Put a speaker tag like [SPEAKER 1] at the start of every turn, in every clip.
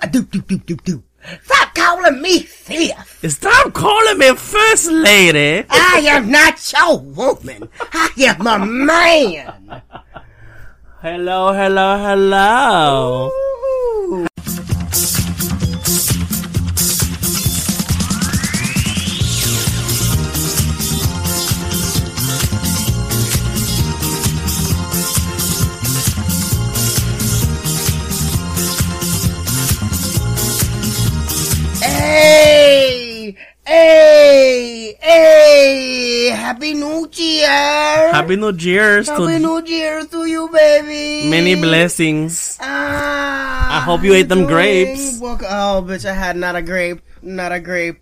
[SPEAKER 1] Uh, do, do, do, do, do. Stop calling me fifth.
[SPEAKER 2] Stop calling me first lady.
[SPEAKER 1] I am not your woman. I am a man.
[SPEAKER 2] Hello, hello, hello.
[SPEAKER 1] Ooh. Hey, hey, hey! Happy New Year!
[SPEAKER 2] Happy New Year's
[SPEAKER 1] Happy
[SPEAKER 2] to
[SPEAKER 1] New Year to you, baby.
[SPEAKER 2] many blessings.
[SPEAKER 1] Ah,
[SPEAKER 2] I hope you ate them
[SPEAKER 1] doing
[SPEAKER 2] grapes.
[SPEAKER 1] Welcome. Oh, bitch, I had not a grape, not a grape,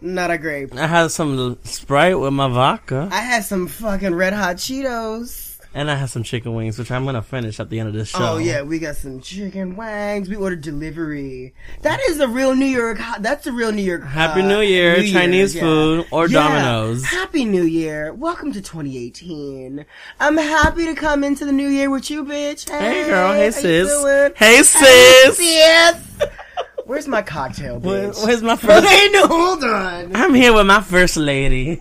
[SPEAKER 1] not a grape.
[SPEAKER 2] I had some Sprite with my vodka,
[SPEAKER 1] I had some fucking red hot Cheetos.
[SPEAKER 2] and I had some chicken wings, which I'm gonna finish at the end of this show.
[SPEAKER 1] Oh yeah, we got some chicken wings. We ordered delivery. That is the real New York. ho- That's the real New York. uh,
[SPEAKER 2] Happy New Year, Chinese food or Domino's.
[SPEAKER 1] Happy New Year. Welcome to 2018. I'm happy to come into the new year with you, bitch.
[SPEAKER 2] Hey girl, hey
[SPEAKER 1] how you doing?
[SPEAKER 2] sis,
[SPEAKER 1] Hey,
[SPEAKER 2] hey sis.
[SPEAKER 1] sis. Where's my cocktail,
[SPEAKER 2] Where-
[SPEAKER 1] bitch?
[SPEAKER 2] Where's my first?
[SPEAKER 1] Wait, no, hold on.
[SPEAKER 2] I'm here with my first lady.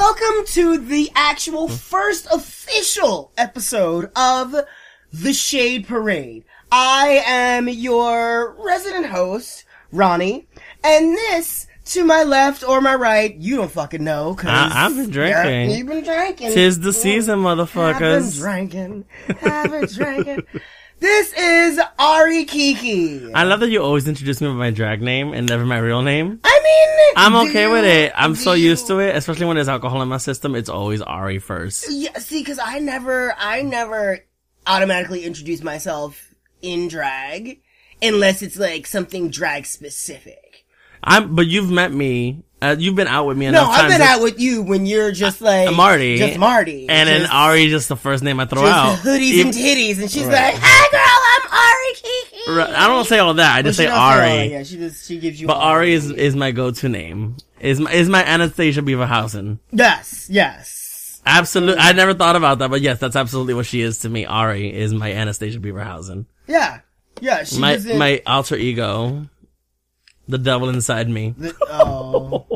[SPEAKER 1] Welcome to the actual first official episode of The Shade Parade. I am your resident host, Ronnie, and this to my left or my right, you don't fucking know. Cause
[SPEAKER 2] I- I've been drinking.
[SPEAKER 1] Yeah, You've been drinking.
[SPEAKER 2] Tis the season,
[SPEAKER 1] I've been
[SPEAKER 2] motherfuckers.
[SPEAKER 1] drinking. I've been drinking. This is Ari Kiki.
[SPEAKER 2] I love that you always introduce me by my drag name and never my real name.
[SPEAKER 1] I mean,
[SPEAKER 2] I'm
[SPEAKER 1] do
[SPEAKER 2] okay
[SPEAKER 1] you-
[SPEAKER 2] with it. I'm so
[SPEAKER 1] do
[SPEAKER 2] used
[SPEAKER 1] you-
[SPEAKER 2] to it, especially when there's alcohol in my system. It's always Ari first.
[SPEAKER 1] Yeah, see, because I never, I never automatically introduce myself in drag unless it's like something drag specific.
[SPEAKER 2] I'm, but you've met me. Uh, you've been out with me
[SPEAKER 1] No,
[SPEAKER 2] enough
[SPEAKER 1] I've
[SPEAKER 2] times.
[SPEAKER 1] been
[SPEAKER 2] that-
[SPEAKER 1] out with you when you're just like
[SPEAKER 2] I'm Marty.
[SPEAKER 1] just Marty,
[SPEAKER 2] and then
[SPEAKER 1] just-
[SPEAKER 2] Ari just the first name I throw out.
[SPEAKER 1] just hoodies
[SPEAKER 2] Even-
[SPEAKER 1] and titties, and she's
[SPEAKER 2] Right.
[SPEAKER 1] like, "Hey, girl, I'm Ari Kiki."
[SPEAKER 2] Right, I don't say all that. I
[SPEAKER 1] But
[SPEAKER 2] just
[SPEAKER 1] she
[SPEAKER 2] say
[SPEAKER 1] don't say,
[SPEAKER 2] Ari.
[SPEAKER 1] "Oh, yeah, she just she gives you.
[SPEAKER 2] But Ari is, is my go-to name. Is my, is my Anastasia Beaverhausen.
[SPEAKER 1] yes, yes.
[SPEAKER 2] Absolutely. I never thought about that, but yes, that's absolutely what she is to me. Ari is my Anastasia Beaverhausen.
[SPEAKER 1] Yeah, yeah. She
[SPEAKER 2] My,
[SPEAKER 1] doesn't-
[SPEAKER 2] my alter ego. The devil inside me.
[SPEAKER 1] the- oh,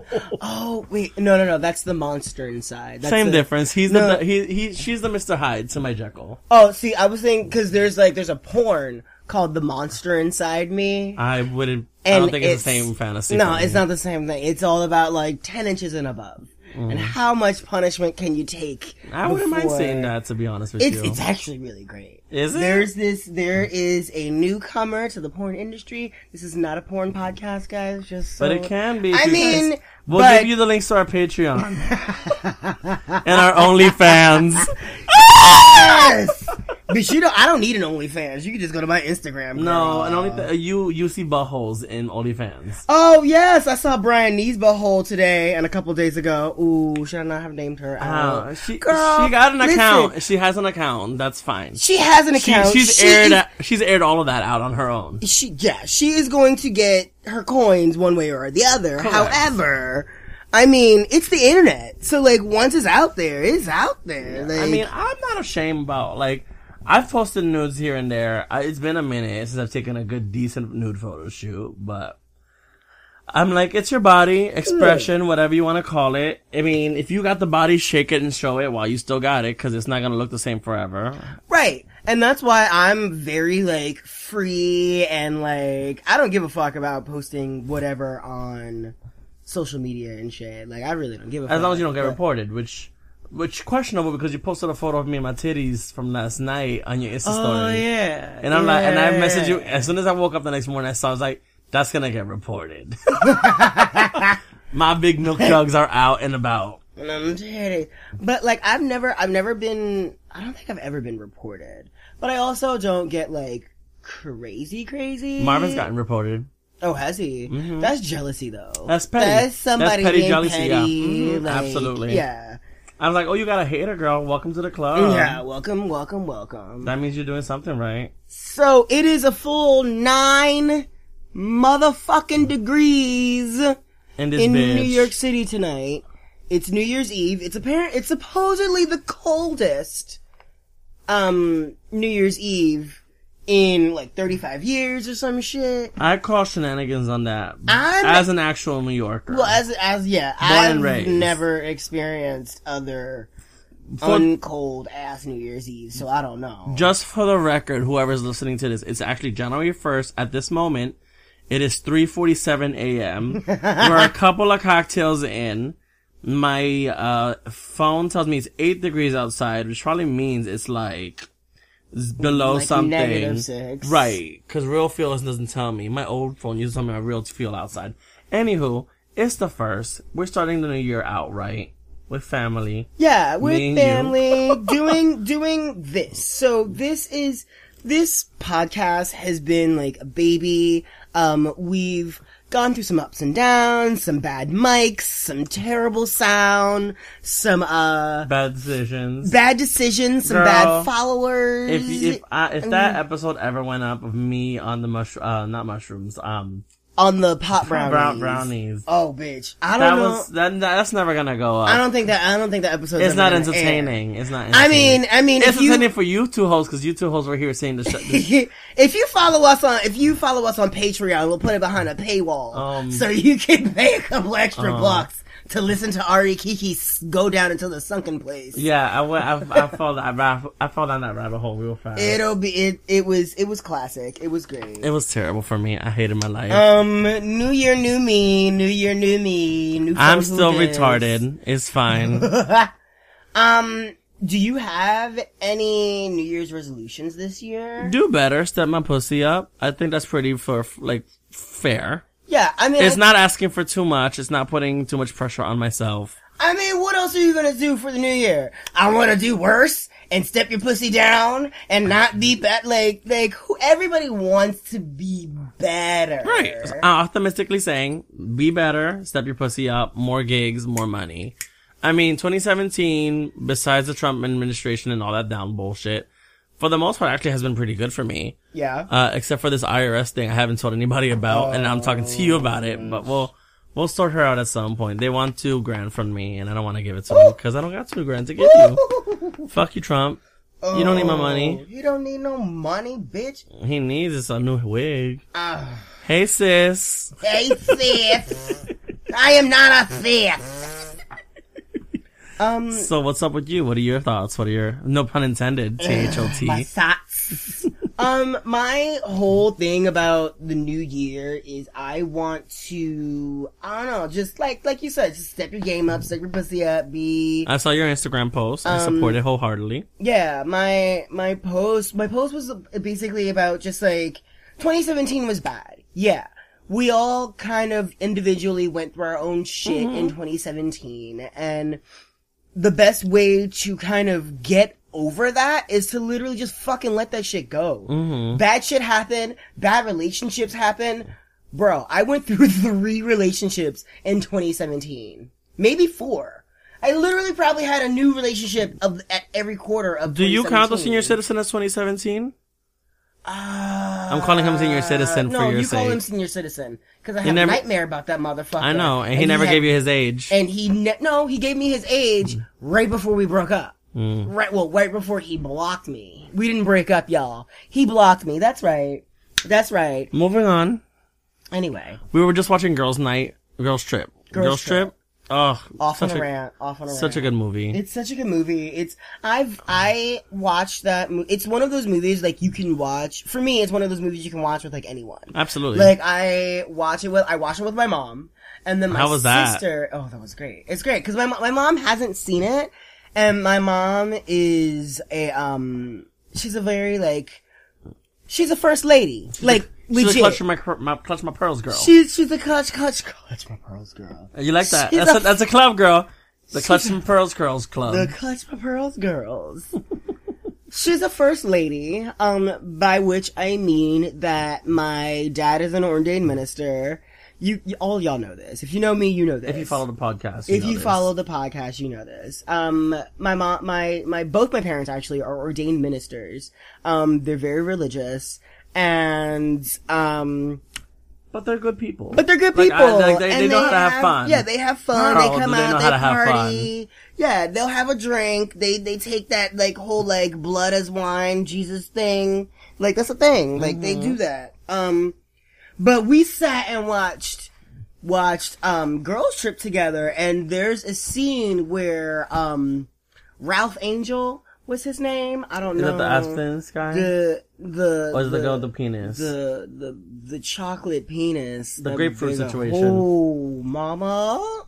[SPEAKER 1] oh, wait, no, no, no. That's the monster inside. That's
[SPEAKER 2] Same
[SPEAKER 1] the-
[SPEAKER 2] difference. He's
[SPEAKER 1] No.
[SPEAKER 2] the, he, he, she's the Mr. Hyde to my Jekyll.
[SPEAKER 1] Oh, see, I was thinking because there's like there's a porn called "The Monster Inside Me."
[SPEAKER 2] I wouldn't, I
[SPEAKER 1] And
[SPEAKER 2] don't think it's, the same fantasy.
[SPEAKER 1] No,
[SPEAKER 2] for
[SPEAKER 1] it's
[SPEAKER 2] me.
[SPEAKER 1] not the same thing. It's all about like ten inches and above, and how much punishment can you take?
[SPEAKER 2] Mm. I wouldn't mind
[SPEAKER 1] before-
[SPEAKER 2] seeing that, to be honest with
[SPEAKER 1] It's
[SPEAKER 2] you.
[SPEAKER 1] it's actually really great.
[SPEAKER 2] Is it?
[SPEAKER 1] There's this. There is a newcomer to the porn industry. This is not a porn podcast, guys. Just so.
[SPEAKER 2] But it can be.
[SPEAKER 1] I
[SPEAKER 2] if you
[SPEAKER 1] mean,
[SPEAKER 2] guys- we'll
[SPEAKER 1] but-
[SPEAKER 2] give you the links to our Patreon and our OnlyFans.
[SPEAKER 1] Yes! but you don't. I don't need an OnlyFans. You can just go to my Instagram.
[SPEAKER 2] No,
[SPEAKER 1] girl.
[SPEAKER 2] and only th- you you see buttholes in OnlyFans.
[SPEAKER 1] Oh yes, I saw Brian Knee's butthole today and a couple days ago. Ooh, should I not have named her? I don't
[SPEAKER 2] Oh,
[SPEAKER 1] know.
[SPEAKER 2] she
[SPEAKER 1] Uh, Girl,
[SPEAKER 2] she got an
[SPEAKER 1] listen.
[SPEAKER 2] account. She has an account. That's fine.
[SPEAKER 1] She has an
[SPEAKER 2] She-
[SPEAKER 1] account.
[SPEAKER 2] she's
[SPEAKER 1] She is-
[SPEAKER 2] aired a- she's aired all of that out on her own.
[SPEAKER 1] she yeah, she is going to get her coins one way or the other. However, I mean, it's the internet. So like once it's out there, it's out there. like,
[SPEAKER 2] I mean, I'm not ashamed about like I've posted nudes here and there. I, it's been a minute since I've taken a good decent nude photo shoot, but I'm like, it's your body expression, whatever you want to call it. I mean, if you got the body, shake it and show it while you still got it, because it's not gonna look the same forever.
[SPEAKER 1] Right. And that's why I'm very like free and like I don't give a fuck about posting whatever on social media and shit. Like I really don't give a fuck.
[SPEAKER 2] As long as you don't get
[SPEAKER 1] But-
[SPEAKER 2] reported, which. Which questionable because you posted a photo of me and my titties from last night on your Insta
[SPEAKER 1] Oh
[SPEAKER 2] story,
[SPEAKER 1] yeah.
[SPEAKER 2] and I'm like, and I messaged you
[SPEAKER 1] Yeah.
[SPEAKER 2] as soon as I woke up the next morning. I saw, I was like, that's gonna get reported. my big milk jugs are out and about.
[SPEAKER 1] And I'm titty. But like I've never I've never been I don't think I've ever been reported. But I also don't get like crazy crazy.
[SPEAKER 2] Marvin's gotten reported.
[SPEAKER 1] Oh, has he? That's jealousy though.
[SPEAKER 2] That's petty.
[SPEAKER 1] That's somebody
[SPEAKER 2] That's petty
[SPEAKER 1] being
[SPEAKER 2] jealousy, yeah.
[SPEAKER 1] petty,
[SPEAKER 2] Mhm,
[SPEAKER 1] like,
[SPEAKER 2] absolutely.
[SPEAKER 1] Yeah.
[SPEAKER 2] I was like, oh, you got a hater, girl. Welcome to the club.
[SPEAKER 1] yeah, welcome, welcome, welcome.
[SPEAKER 2] That means you're doing something right.
[SPEAKER 1] So it is a full nine motherfucking degrees
[SPEAKER 2] And this
[SPEAKER 1] in
[SPEAKER 2] bitch.
[SPEAKER 1] New York City tonight. It's New Year's Eve. It's apparent. It's supposedly the coldest um New Year's Eve in like 35 years or some shit.
[SPEAKER 2] I call shenanigans on that
[SPEAKER 1] I'm-
[SPEAKER 2] as an actual New Yorker.
[SPEAKER 1] Well, as as yeah,
[SPEAKER 2] Born and
[SPEAKER 1] I've
[SPEAKER 2] raised.
[SPEAKER 1] never experienced other
[SPEAKER 2] For-
[SPEAKER 1] uncold ass New Year's Eve, so I don't know.
[SPEAKER 2] Just for the record, whoever's listening to this, it's actually January 1st. At this moment, it is 3.47 a.m. We're a couple of cocktails in. My, uh, phone tells me it's 8 degrees outside, which probably means it's like, it's below
[SPEAKER 1] Like
[SPEAKER 2] something.
[SPEAKER 1] negative six.
[SPEAKER 2] Right. Cause real feel doesn't tell me. My old phone used to tell me my real feel outside. Anywho, it's the first. We're starting the new year out, right? With family.
[SPEAKER 1] Yeah,
[SPEAKER 2] Me
[SPEAKER 1] with
[SPEAKER 2] and you.
[SPEAKER 1] family doing doing this. So this is this podcast has been like a baby. Um, we've gone through some ups and downs, some bad mics, some terrible sound, some uh
[SPEAKER 2] Bad decisions.
[SPEAKER 1] bad decisions, some
[SPEAKER 2] Girl,
[SPEAKER 1] bad followers.
[SPEAKER 2] if if I, if that episode ever went up of me on the mush uh not mushrooms um
[SPEAKER 1] on the pot brownies.
[SPEAKER 2] brown brownies
[SPEAKER 1] Oh, bitch! I
[SPEAKER 2] that
[SPEAKER 1] don't know.
[SPEAKER 2] was that, that that's never gonna go up.
[SPEAKER 1] I don't think that. I don't think that episode.
[SPEAKER 2] it's not entertaining. It's not.
[SPEAKER 1] I
[SPEAKER 2] Entertaining.
[SPEAKER 1] mean, I mean,
[SPEAKER 2] it's
[SPEAKER 1] if you
[SPEAKER 2] entertaining for you two hosts because you two hosts were here saying the. Sh- the
[SPEAKER 1] if you follow us on if you follow us on Patreon, we'll put it behind a paywall,
[SPEAKER 2] Um, uh,
[SPEAKER 1] so you can pay a couple extra bucks to listen to Ari Kiki s- go down into the sunken place.
[SPEAKER 2] yeah, I went. I, I fell. I, ra- I fell down that rabbit hole real fast. It,
[SPEAKER 1] It'll be it. It was it was classic. It was great.
[SPEAKER 2] was terrible for me. I hated my life.
[SPEAKER 1] Um, New Year, New Me, New Year, New Me. New
[SPEAKER 2] I'm
[SPEAKER 1] Fool Who
[SPEAKER 2] still
[SPEAKER 1] Dis.
[SPEAKER 2] retarded. It's fine.
[SPEAKER 1] Um, do you have any New Year's resolutions this year?
[SPEAKER 2] Do better. Step my pussy up. I think that's pretty for like fair.
[SPEAKER 1] yeah, I mean,
[SPEAKER 2] It's
[SPEAKER 1] I-
[SPEAKER 2] not asking for too much. It's not putting too much pressure on myself.
[SPEAKER 1] I mean, what else are you gonna do for the new year? I wanna do worse and step your pussy down and not be bad. Like, like, who, everybody wants to be better.
[SPEAKER 2] Right. I'm uh, optimistically saying, be better, step your pussy up, more gigs, more money. I mean, 2017, besides the Trump administration and all that down bullshit, for the most part, actually has been pretty good for me.
[SPEAKER 1] Yeah.
[SPEAKER 2] Uh, except for this IRS thing I haven't told anybody about, and I'm talking to you about it, but we'll, we'll sort her out at some point. They want two grand from me, and I don't want to give it to them, cause I don't got two grand to give you. Fuck you, Trump. You don't need my money.
[SPEAKER 1] Oh, You don't need no money, bitch.
[SPEAKER 2] He needs us a new wig.
[SPEAKER 1] Ah.
[SPEAKER 2] Hey, sis.
[SPEAKER 1] hey, sis. I am not a sis. Um,
[SPEAKER 2] So what's up with you? What are your thoughts? What are your no pun intended? T H O
[SPEAKER 1] my
[SPEAKER 2] T.
[SPEAKER 1] socks. um, my whole thing about the new year is I want to, I don't know, just like, like you said, just step your game up, step your pussy up, be,
[SPEAKER 2] I saw your Instagram post. I
[SPEAKER 1] Um,
[SPEAKER 2] support it wholeheartedly.
[SPEAKER 1] yeah, my, my post, my post was basically about just like, 2017 was bad. Yeah. We all kind of individually went through our own shit in 2017 and the best way to kind of get over that is to literally just fucking let that shit go.
[SPEAKER 2] Mm-hmm.
[SPEAKER 1] Bad shit happen. Bad relationships happen. Bro, I went through three relationships in 2017. Maybe four. I literally probably had a new relationship of, at every quarter of
[SPEAKER 2] Do you count the
[SPEAKER 1] 2017.
[SPEAKER 2] senior citizen as 2017?
[SPEAKER 1] Ah.
[SPEAKER 2] I'm calling him senior citizen for
[SPEAKER 1] no,
[SPEAKER 2] your
[SPEAKER 1] you call him
[SPEAKER 2] sake.
[SPEAKER 1] senior citizen because I had
[SPEAKER 2] never-
[SPEAKER 1] a nightmare about that motherfucker.
[SPEAKER 2] I know, and he never
[SPEAKER 1] had- Eh.
[SPEAKER 2] gave you his age.
[SPEAKER 1] And he ne- no, he gave me his age right before we broke up.
[SPEAKER 2] Mm.
[SPEAKER 1] Right, well, right before he blocked me. We didn't break up, y'all. He blocked me. That's right. That's right.
[SPEAKER 2] Moving on,
[SPEAKER 1] Anyway,
[SPEAKER 2] we were just watching Girls' Night, Girls' Trip,
[SPEAKER 1] Girls'
[SPEAKER 2] Trip. Oh,
[SPEAKER 1] off
[SPEAKER 2] such
[SPEAKER 1] on a,
[SPEAKER 2] a
[SPEAKER 1] rant. Off on a rant.
[SPEAKER 2] such a good movie.
[SPEAKER 1] It's such a good movie. It's I've I watched that. Mo- it's one of those movies like you can watch. For me, it's one of those movies you can watch with like anyone.
[SPEAKER 2] Absolutely.
[SPEAKER 1] Like I watch it with I watch it with my mom, and then my
[SPEAKER 2] How was that?
[SPEAKER 1] sister. Oh, that was great. It's great because my mo- my mom hasn't seen it, and my mom is a um she's a very like she's a first lady like
[SPEAKER 2] She's a
[SPEAKER 1] legit.
[SPEAKER 2] clutch my, cur- my clutch my pearls girl.
[SPEAKER 1] she's she's a clutch clutch clutch my pearls girl.
[SPEAKER 2] you like that?
[SPEAKER 1] she's
[SPEAKER 2] That's a,
[SPEAKER 1] a-
[SPEAKER 2] that's a club girl. The clutch my pearls girls club.
[SPEAKER 1] The clutch my pearls girls. She's a first lady, um, by which I mean that my dad is an ordained minister. You, you all y'all know this. If you know me, you know this.
[SPEAKER 2] if you follow the podcast,
[SPEAKER 1] if
[SPEAKER 2] know
[SPEAKER 1] you
[SPEAKER 2] this.
[SPEAKER 1] follow the podcast, you know this. Um, my mom, my, my, both my parents actually are ordained ministers. Um, they're very religious and, um,
[SPEAKER 2] but they're good people.
[SPEAKER 1] but they're good
[SPEAKER 2] Like,
[SPEAKER 1] people.
[SPEAKER 2] I- like, they,
[SPEAKER 1] and
[SPEAKER 2] they know how to have fun.
[SPEAKER 1] Yeah, they have fun.
[SPEAKER 2] Girl,
[SPEAKER 1] they come
[SPEAKER 2] do they know
[SPEAKER 1] out, they
[SPEAKER 2] how to have
[SPEAKER 1] party. Yeah, they'll have a drink. They, they take that, like, whole, like, blood as wine, Jesus thing. Like that's a thing. Like they
[SPEAKER 2] Mm-hmm.
[SPEAKER 1] do that. Um, but we sat and watched watched um Girls Trip together, and there's a scene where um Ralph Angel was his name. I don't
[SPEAKER 2] Is
[SPEAKER 1] know
[SPEAKER 2] that the Athens guy?
[SPEAKER 1] the the
[SPEAKER 2] or is the, girl with the penis?
[SPEAKER 1] the the the chocolate penis. The
[SPEAKER 2] grapefruit situation.
[SPEAKER 1] Oh, mama.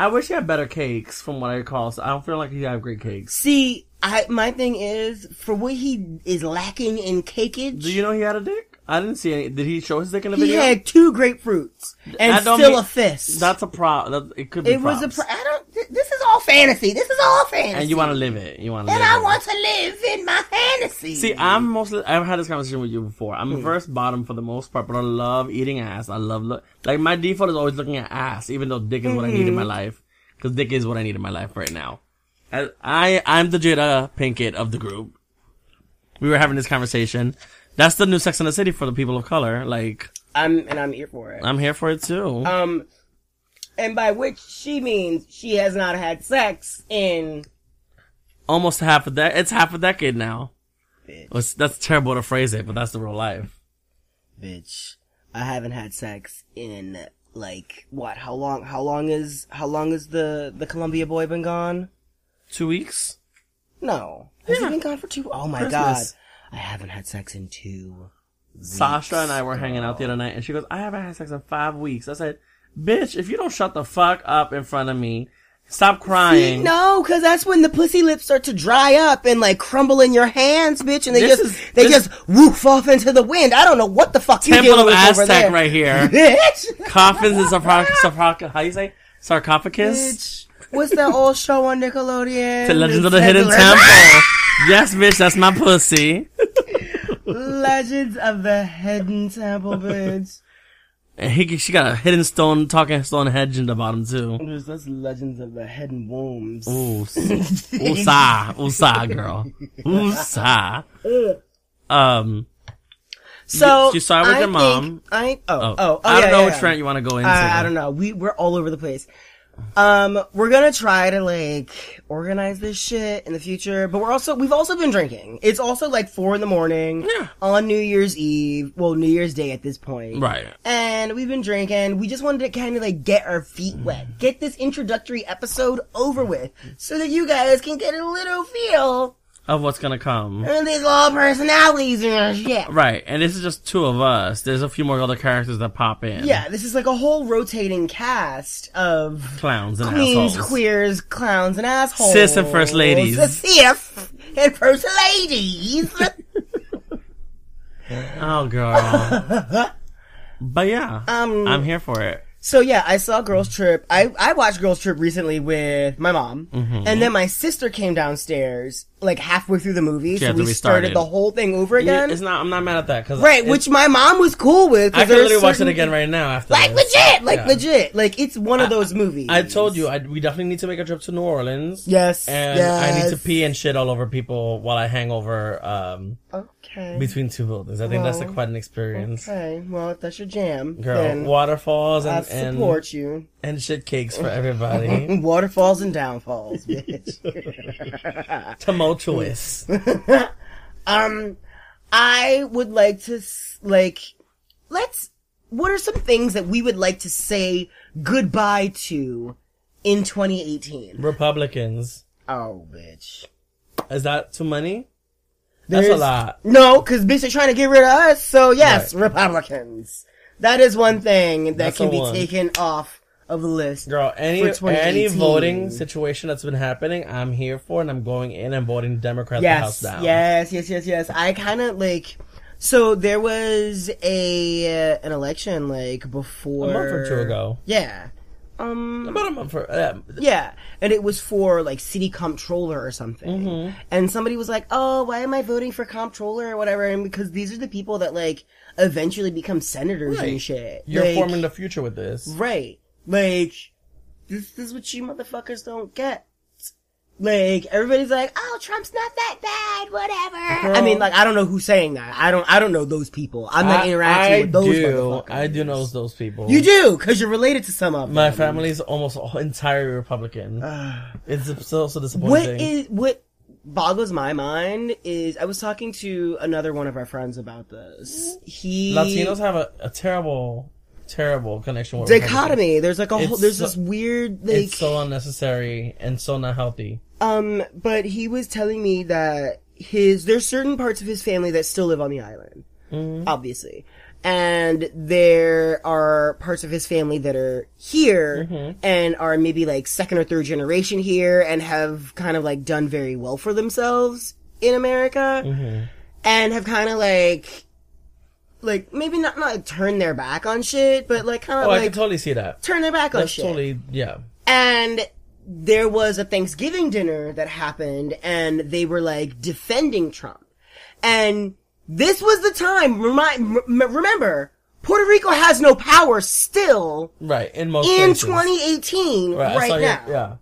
[SPEAKER 2] I wish he had better cakes, from what I recall. So I don't feel like he had great cakes.
[SPEAKER 1] See, I my thing is for what he is lacking in cakeage.
[SPEAKER 2] Do you know he had a dick? I didn't see any. Did he show his dick in the
[SPEAKER 1] he
[SPEAKER 2] video?
[SPEAKER 1] had two grapefruits and
[SPEAKER 2] That don't
[SPEAKER 1] still
[SPEAKER 2] mean-
[SPEAKER 1] a fist.
[SPEAKER 2] That's a prop. That, it could be.
[SPEAKER 1] it was a.
[SPEAKER 2] props.
[SPEAKER 1] Pr- I don't. th- This is all fantasy. This is all fantasy.
[SPEAKER 2] And you want to live it. You want to.
[SPEAKER 1] And
[SPEAKER 2] live
[SPEAKER 1] I
[SPEAKER 2] it.
[SPEAKER 1] want to live in my fantasy.
[SPEAKER 2] See, I'm mostly. I've had this conversation with you before. I'm a first bottom for the most part, but I love eating ass. I love look. Like my default is always looking at ass, even though dick is what I need in my life. Because dick is what I need in my life right now. I, I I'm the Jada Pinkett of the group. We were having this conversation. That's the new Sex in the City for the people of color. Like
[SPEAKER 1] I'm and I'm here for it.
[SPEAKER 2] I'm here for it too.
[SPEAKER 1] Um, and by which she means she has not had sex in.
[SPEAKER 2] Almost half a decade. It's half a decade now.
[SPEAKER 1] Bitch.
[SPEAKER 2] It's- that's terrible to phrase it, but that's the real life.
[SPEAKER 1] bitch i haven't had sex in like what how long how long is how long has the the columbia boy been gone
[SPEAKER 2] Two weeks.
[SPEAKER 1] no has he been gone for two oh my
[SPEAKER 2] Christmas.
[SPEAKER 1] god i haven't had sex in two
[SPEAKER 2] Sasha and I were hanging out the other night, and she goes, "I haven't had sex in five weeks." I said, "Bitch, if you don't shut the fuck up in front of me, stop crying."
[SPEAKER 1] no because that's when the pussy lips start to dry up and like crumble in your hands bitch and they
[SPEAKER 2] This
[SPEAKER 1] just
[SPEAKER 2] is-
[SPEAKER 1] they
[SPEAKER 2] this-
[SPEAKER 1] just woof off into the wind i don't know what the fuck you
[SPEAKER 2] Temple
[SPEAKER 1] dealing
[SPEAKER 2] of
[SPEAKER 1] with over there
[SPEAKER 2] Aztec right here.
[SPEAKER 1] bitch
[SPEAKER 2] Coffins and sarcoph- sarcoph- How you say sarcophagus?
[SPEAKER 1] bitch what's that old show on nickelodeon
[SPEAKER 2] The Legends of the Hidden Temple. yes, bitch, that's my pussy.
[SPEAKER 1] legends of the hidden temple bitch
[SPEAKER 2] And he, she got a hidden stone, talking stone hedge in the bottom too.
[SPEAKER 1] There's those legends of the hidden wombs.
[SPEAKER 2] Ooh, s- ooh, sigh, ooh, sigh, girl, ooh, sigh. Um.
[SPEAKER 1] So
[SPEAKER 2] you saw it with
[SPEAKER 1] I
[SPEAKER 2] your mom.
[SPEAKER 1] think- I oh oh, oh
[SPEAKER 2] I don't
[SPEAKER 1] yeah,
[SPEAKER 2] know
[SPEAKER 1] yeah,
[SPEAKER 2] which
[SPEAKER 1] yeah. Uh,
[SPEAKER 2] rant you want to go into.
[SPEAKER 1] I, I don't know. We we're all over the place. Um, we're gonna try to like organize this shit in the future, but we're also we've also been drinking. It's also like four in the morning
[SPEAKER 2] Yeah.
[SPEAKER 1] on New Year's Eve, well New Year's Day at this point,
[SPEAKER 2] Right.
[SPEAKER 1] And we've been drinking. We just wanted to kind of like get our feet wet, get this introductory episode over with, so that you guys can get a little feel
[SPEAKER 2] Of what's gonna come.
[SPEAKER 1] And these little personalities and shit.
[SPEAKER 2] Right, and this is just two of us. There's a few more other characters that pop in.
[SPEAKER 1] Yeah, this is like a whole rotating cast of
[SPEAKER 2] Clowns and
[SPEAKER 1] queens,
[SPEAKER 2] assholes.
[SPEAKER 1] queers, clowns, and assholes.
[SPEAKER 2] Sis and first ladies.
[SPEAKER 1] Sif and first ladies.
[SPEAKER 2] Oh, girl. but yeah,
[SPEAKER 1] Um,
[SPEAKER 2] I'm here for it.
[SPEAKER 1] so yeah, I saw Girls
[SPEAKER 2] Mm-hmm.
[SPEAKER 1] Trip. I, I watched Girls Trip recently with my mom.
[SPEAKER 2] Mm-hmm.
[SPEAKER 1] And then my sister came downstairs like halfway through the movie. so
[SPEAKER 2] had to
[SPEAKER 1] we
[SPEAKER 2] restart
[SPEAKER 1] started
[SPEAKER 2] it.
[SPEAKER 1] the whole thing over
[SPEAKER 2] Yeah,
[SPEAKER 1] again.
[SPEAKER 2] it's not. I'm not mad at that because
[SPEAKER 1] right, which my mom was cool with. 'cause
[SPEAKER 2] I can
[SPEAKER 1] there's
[SPEAKER 2] literally watch it
[SPEAKER 1] certain-
[SPEAKER 2] again right now. After
[SPEAKER 1] Like
[SPEAKER 2] this.
[SPEAKER 1] legit, like
[SPEAKER 2] Yeah.
[SPEAKER 1] legit. Like it's one of those movies.
[SPEAKER 2] I told you I, we definitely need to make a trip to New Orleans.
[SPEAKER 1] Yes.
[SPEAKER 2] And I need to
[SPEAKER 1] yes.
[SPEAKER 2] pee and shit all over people while I hang over um,
[SPEAKER 1] Okay.
[SPEAKER 2] between two buildings. I think that's a,
[SPEAKER 1] Well,
[SPEAKER 2] quite an experience.
[SPEAKER 1] Okay. Well, if that's your jam,
[SPEAKER 2] Girl,
[SPEAKER 1] then
[SPEAKER 2] waterfalls
[SPEAKER 1] I
[SPEAKER 2] and, and,
[SPEAKER 1] support you.
[SPEAKER 2] and shit cakes for everybody.
[SPEAKER 1] Waterfalls and downfalls, bitch.
[SPEAKER 2] tumultuous.
[SPEAKER 1] um, I would like to s- like let's. What are some things that we would like to say goodbye to in 2018?
[SPEAKER 2] Republicans.
[SPEAKER 1] Oh, bitch.
[SPEAKER 2] Is that too many? That's a
[SPEAKER 1] There's-
[SPEAKER 2] lot.
[SPEAKER 1] No, because bitch, they're trying to get rid of us. So yes,
[SPEAKER 2] Right.
[SPEAKER 1] Republicans. That is one thing that
[SPEAKER 2] That's
[SPEAKER 1] can
[SPEAKER 2] the
[SPEAKER 1] be
[SPEAKER 2] one.
[SPEAKER 1] taken off of the list.
[SPEAKER 2] Girl, any
[SPEAKER 1] For 2018.
[SPEAKER 2] any voting situation that's been happening, I'm here for and I'm going in and voting Democrat the House
[SPEAKER 1] yes,
[SPEAKER 2] down.
[SPEAKER 1] yes, yes, yes, yes. I kind of like. So there was a uh, an election like before
[SPEAKER 2] A month or two ago.
[SPEAKER 1] Yeah. Um.
[SPEAKER 2] About a month for uh,
[SPEAKER 1] Yeah, and it was for like city comptroller or something.
[SPEAKER 2] Mm-hmm.
[SPEAKER 1] And somebody was like, "Oh, why am I voting for comptroller or whatever?" And because these are the people that like eventually become senators
[SPEAKER 2] Right.
[SPEAKER 1] and shit.
[SPEAKER 2] You're
[SPEAKER 1] Like,
[SPEAKER 2] forming the future with this.
[SPEAKER 1] Right. Like, this, this is what you motherfuckers don't get. Like, everybody's like, oh, Trump's not that bad, whatever. I
[SPEAKER 2] Girl.
[SPEAKER 1] mean, like, I don't know who's saying that. I don't, I don't know those people. I'm not
[SPEAKER 2] I-
[SPEAKER 1] interacting
[SPEAKER 2] I
[SPEAKER 1] with those
[SPEAKER 2] do.
[SPEAKER 1] motherfuckers.
[SPEAKER 2] I do know those people.
[SPEAKER 1] You do, cause you're related to some of them.
[SPEAKER 2] My family's almost all- entirely Republican. it's so so disappointing.
[SPEAKER 1] What is, what, boggles my mind is I was talking to another one of our friends about this. He
[SPEAKER 2] Latinos have a, a terrible, terrible connection with Republicans.
[SPEAKER 1] dichotomy. There's like a whole,
[SPEAKER 2] It's
[SPEAKER 1] there's
[SPEAKER 2] so-
[SPEAKER 1] this weird like
[SPEAKER 2] It's so unnecessary and so not healthy.
[SPEAKER 1] um. But he was telling me that his there's certain parts of his family that still live on the island,
[SPEAKER 2] Mm-hmm.
[SPEAKER 1] obviously, and there are parts of his family that are here
[SPEAKER 2] Mm-hmm.
[SPEAKER 1] and are maybe like second or third generation here and have kind of like done very well for themselves in America.
[SPEAKER 2] Mm-hmm.
[SPEAKER 1] and have kind of like like maybe not not like, turn their back on shit, but like kind of
[SPEAKER 2] Oh, I can
[SPEAKER 1] like
[SPEAKER 2] totally see that.
[SPEAKER 1] turn their back on
[SPEAKER 2] That's
[SPEAKER 1] shit.
[SPEAKER 2] totally yeah.
[SPEAKER 1] And there was a Thanksgiving dinner that happened, and they were like defending Trump, and this was the time. Remind m- remember, Puerto Rico has no power still
[SPEAKER 2] Right in most
[SPEAKER 1] in
[SPEAKER 2] places.
[SPEAKER 1] 2018
[SPEAKER 2] right,
[SPEAKER 1] right,
[SPEAKER 2] I saw your-
[SPEAKER 1] now.
[SPEAKER 2] yeah.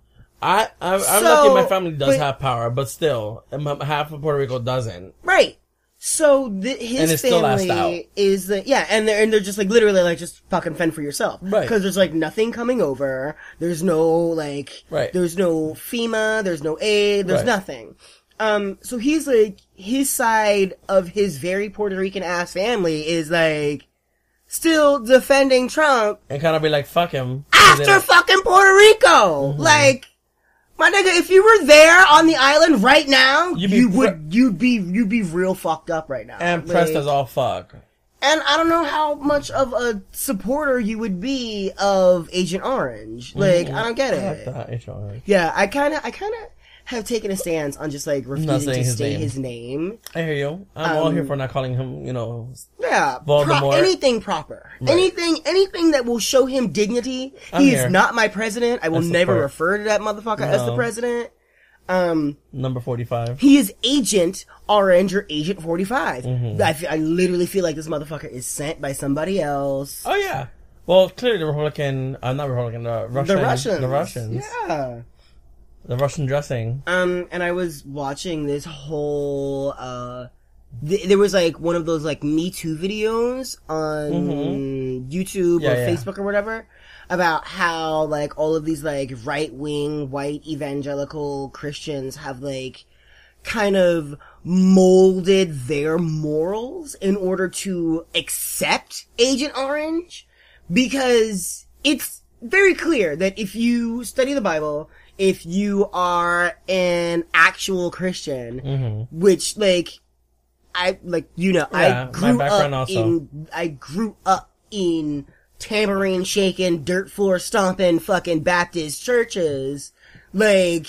[SPEAKER 2] I, I I'm
[SPEAKER 1] So,
[SPEAKER 2] lucky my family does
[SPEAKER 1] but-
[SPEAKER 2] have power, but still, um, half of Puerto Rico doesn't.
[SPEAKER 1] Right. So th- his
[SPEAKER 2] And it's still
[SPEAKER 1] family
[SPEAKER 2] last
[SPEAKER 1] is the yeah, and they're and they're just like literally like just fucking fend for yourself,
[SPEAKER 2] Right.
[SPEAKER 1] Because there's like nothing coming over. There's no like
[SPEAKER 2] Right.
[SPEAKER 1] There's no FEMA. There's no aid. There's
[SPEAKER 2] Right.
[SPEAKER 1] nothing. Um. So he's like his side of his very Puerto Rican ass family is like still defending Trump
[SPEAKER 2] and kind of be like, fuck him. And
[SPEAKER 1] after
[SPEAKER 2] then-
[SPEAKER 1] fucking Puerto Rico.
[SPEAKER 2] Mm-hmm.
[SPEAKER 1] Like, my nigga, if you were there on the island right now, you
[SPEAKER 2] You'd be
[SPEAKER 1] would, you'd be, you'd be real fucked up right now.
[SPEAKER 2] and
[SPEAKER 1] Like,
[SPEAKER 2] pressed as all fuck.
[SPEAKER 1] And I don't know how much of a supporter you would be of Agent
[SPEAKER 2] Mm-hmm.
[SPEAKER 1] Orange. Like, I don't get
[SPEAKER 2] I like
[SPEAKER 1] it.
[SPEAKER 2] that, HR.
[SPEAKER 1] yeah, I kind of, I kind of have taken a stance on just like refusing to
[SPEAKER 2] saying his
[SPEAKER 1] say
[SPEAKER 2] name.
[SPEAKER 1] his name.
[SPEAKER 2] I hear you. I'm all
[SPEAKER 1] Um,
[SPEAKER 2] here for not calling him, you know.
[SPEAKER 1] Yeah,
[SPEAKER 2] Voldemort.
[SPEAKER 1] anything proper, anything, anything that will show him dignity.
[SPEAKER 2] I'm
[SPEAKER 1] He's
[SPEAKER 2] here.
[SPEAKER 1] not my president. I will
[SPEAKER 2] That's the
[SPEAKER 1] never
[SPEAKER 2] part.
[SPEAKER 1] refer to that motherfucker as the
[SPEAKER 2] No.
[SPEAKER 1] president. Um,
[SPEAKER 2] Number 45.
[SPEAKER 1] he is Agent Orange or Agent Forty
[SPEAKER 2] Mm-hmm.
[SPEAKER 1] I, fe- I literally feel like this motherfucker is sent by somebody else.
[SPEAKER 2] Oh, yeah. Well, clearly the Republican, uh, not Republican, the Russian.
[SPEAKER 1] the Russians,
[SPEAKER 2] The Russians.
[SPEAKER 1] yeah.
[SPEAKER 2] The Russian dressing.
[SPEAKER 1] Um, and I was watching this whole, uh, th- there was like one of those like Me Too videos on YouTube
[SPEAKER 2] Mm-hmm. Yeah,
[SPEAKER 1] or
[SPEAKER 2] yeah.
[SPEAKER 1] Facebook or whatever about how like all of these like right wing white evangelical Christians have like kind of molded their morals in order to accept Agent Orange because it's very clear that if you study the Bible, if you are an actual Christian, which like I like you know
[SPEAKER 2] Mm-hmm. Yeah,
[SPEAKER 1] I
[SPEAKER 2] my
[SPEAKER 1] grew up
[SPEAKER 2] background also.
[SPEAKER 1] in I grew up in tambourine shaking, dirt floor stomping, fucking Baptist churches. Like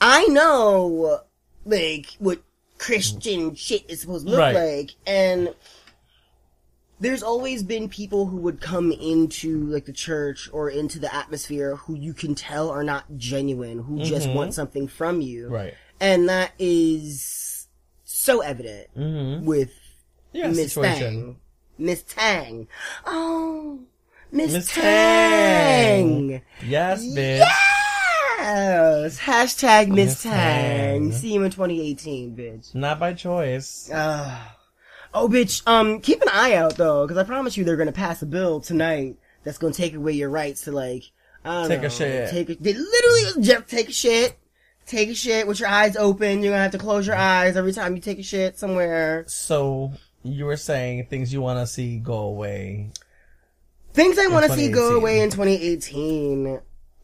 [SPEAKER 1] I know like what Christian shit is supposed to look
[SPEAKER 2] Right.
[SPEAKER 1] like, and there's always been people who would come into like the church or into the atmosphere who you can tell are not genuine, who just want something from you.
[SPEAKER 2] Mm-hmm. Right.
[SPEAKER 1] And that is so evident with
[SPEAKER 2] Mm-hmm. Yeah,
[SPEAKER 1] Miss
[SPEAKER 2] situation.
[SPEAKER 1] Tang. Miss Tang. Oh, Miss,
[SPEAKER 2] Miss
[SPEAKER 1] Tang.
[SPEAKER 2] Yes, bitch.
[SPEAKER 1] Yes. Hashtag Miss
[SPEAKER 2] Miss
[SPEAKER 1] Tang.
[SPEAKER 2] Tang.
[SPEAKER 1] See you in 2018, bitch.
[SPEAKER 2] Not by choice.
[SPEAKER 1] Ah. oh, bitch. Um, keep an eye out though, because I promise you they're gonna pass a bill tonight that's gonna take away your rights to like, I don't
[SPEAKER 2] Take a
[SPEAKER 1] know,
[SPEAKER 2] shit.
[SPEAKER 1] Take a, they literally just take a shit. Take a shit with your eyes open. You're gonna have to close your eyes every time you take a shit somewhere.
[SPEAKER 2] So, you were saying things you want to see go away.
[SPEAKER 1] Things I want to see go
[SPEAKER 2] 2018.
[SPEAKER 1] away in 2018.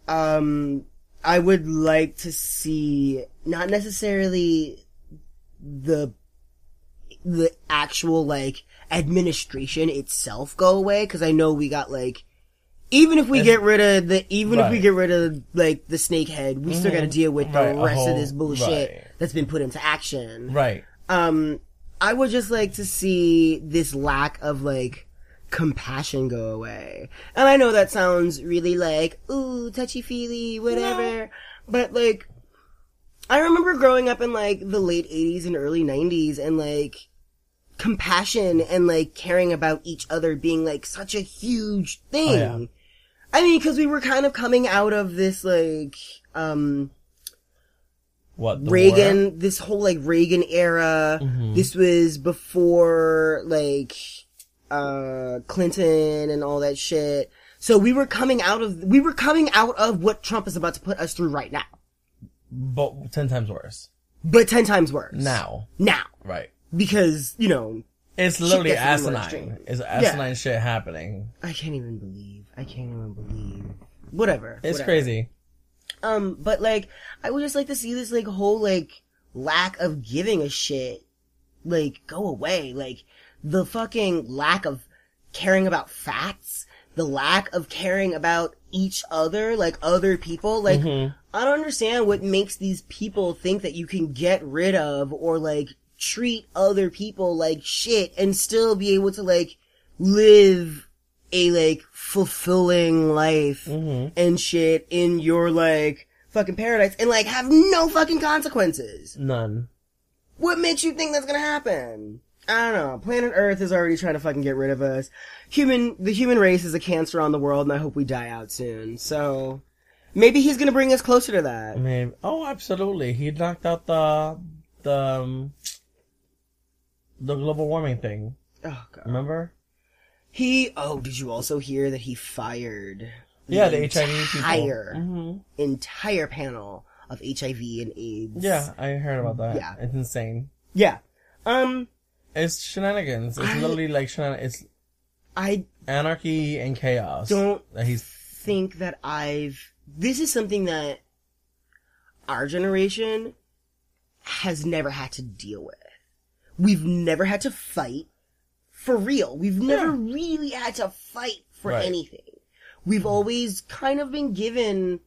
[SPEAKER 1] Um, I would like to see not necessarily the the actual like administration itself go away because I know we got like even if we get rid of the even if we
[SPEAKER 2] Right. Mm-hmm.
[SPEAKER 1] get rid of like the snakehead, we still got to deal with the
[SPEAKER 2] Right, a
[SPEAKER 1] rest of
[SPEAKER 2] whole-
[SPEAKER 1] this bullshit
[SPEAKER 2] right.
[SPEAKER 1] that's been put into action
[SPEAKER 2] Right.
[SPEAKER 1] um i would just like to see this lack of like compassion go away and i know that sounds really like ooh touchy feely whatever but like i remember growing up in like the late 80s and early 90s and like compassion and like caring about each other being like such a huge thing
[SPEAKER 2] yeah.
[SPEAKER 1] i mean because we were kind of coming out of this like um
[SPEAKER 2] What? the
[SPEAKER 1] Reagan,
[SPEAKER 2] war? Mm-hmm.
[SPEAKER 1] this whole like Reagan era. This was before like uh Clinton and all that shit. So we were coming out of we were coming out of what Trump is about to put us through right now.
[SPEAKER 2] But 10 times worse.
[SPEAKER 1] but ten times worse.
[SPEAKER 2] now.
[SPEAKER 1] Now.
[SPEAKER 2] Right.
[SPEAKER 1] Because, you know,
[SPEAKER 2] It's literally
[SPEAKER 1] gets even more
[SPEAKER 2] asinine.
[SPEAKER 1] extreme.
[SPEAKER 2] It's asinine shit happening.
[SPEAKER 1] I can't even believe. I can't even believe. Whatever.
[SPEAKER 2] It's
[SPEAKER 1] whatever.
[SPEAKER 2] crazy.
[SPEAKER 1] Um, but like, I would just like to see this like whole like lack of giving a shit like go away. Like the fucking lack of caring about facts, the lack of caring about each other, like other people. Like I don't understand what makes these people think that you can get rid of or like treat other people like shit and still be able to like live a like fulfilling life
[SPEAKER 2] Mm-hmm.
[SPEAKER 1] and shit in your like fucking paradise and like have no fucking consequences.
[SPEAKER 2] None.
[SPEAKER 1] What makes you think that's gonna happen? I don't know. Planet Earth is already trying to fucking get rid of us. Human, the human race is a cancer on the world, and I hope we die out soon. So, maybe he's gonna bring us closer to that.
[SPEAKER 2] Maybe. Oh, absolutely. He knocked out the the um, the global warming thing.
[SPEAKER 1] Oh god.
[SPEAKER 2] Remember?
[SPEAKER 1] He. Oh, did you also hear that he fired?
[SPEAKER 2] Yeah, the HIV people.
[SPEAKER 1] entire
[SPEAKER 2] hmm
[SPEAKER 1] entire panel of HIV and AIDS.
[SPEAKER 2] Yeah, I heard about that.
[SPEAKER 1] Yeah.
[SPEAKER 2] it's insane.
[SPEAKER 1] Yeah. Um,
[SPEAKER 2] It's shenanigans. It's
[SPEAKER 1] I-
[SPEAKER 2] literally like shenan- It's
[SPEAKER 1] I
[SPEAKER 2] anarchy and chaos.
[SPEAKER 1] Don't-
[SPEAKER 2] That he's
[SPEAKER 1] think that I've. This is something that our generation has never had to deal with. We've never had to fight for real. We've never really had to fight for
[SPEAKER 2] Right.
[SPEAKER 1] anything. We've always kind of been given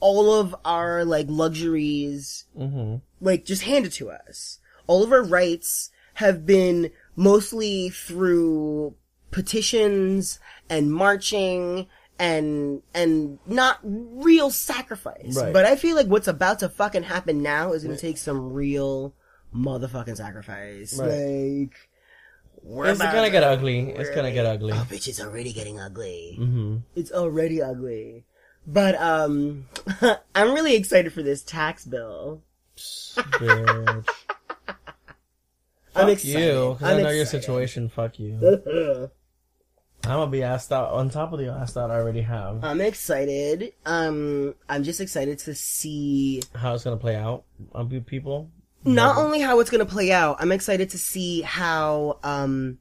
[SPEAKER 1] all of our like luxuries,
[SPEAKER 2] hmm
[SPEAKER 1] like just handed to us. All of our rights have been mostly through petitions and marching and and not real sacrifice.
[SPEAKER 2] Right.
[SPEAKER 1] But I feel like what's about to fucking happen now is going to take some real motherfucking sacrifice.
[SPEAKER 2] Right.
[SPEAKER 1] Like we're
[SPEAKER 2] It's
[SPEAKER 1] about
[SPEAKER 2] gonna get ugly. It's gonna get ugly.
[SPEAKER 1] Oh, bitch, it's already getting ugly.
[SPEAKER 2] hmm
[SPEAKER 1] It's already ugly. But um I'm really excited for this tax bill.
[SPEAKER 2] Bitch.
[SPEAKER 1] I'm
[SPEAKER 2] Fuck
[SPEAKER 1] excited.
[SPEAKER 2] you, 'cause I
[SPEAKER 1] I'm
[SPEAKER 2] know your
[SPEAKER 1] excited.
[SPEAKER 2] situation. Fuck you. I'm gonna be asked out on top of the asked out I already have.
[SPEAKER 1] I'm excited. Um, I'm just excited to see
[SPEAKER 2] How it's gonna play out on pe- people?
[SPEAKER 1] not only how it's going to play out. I'm excited to see how um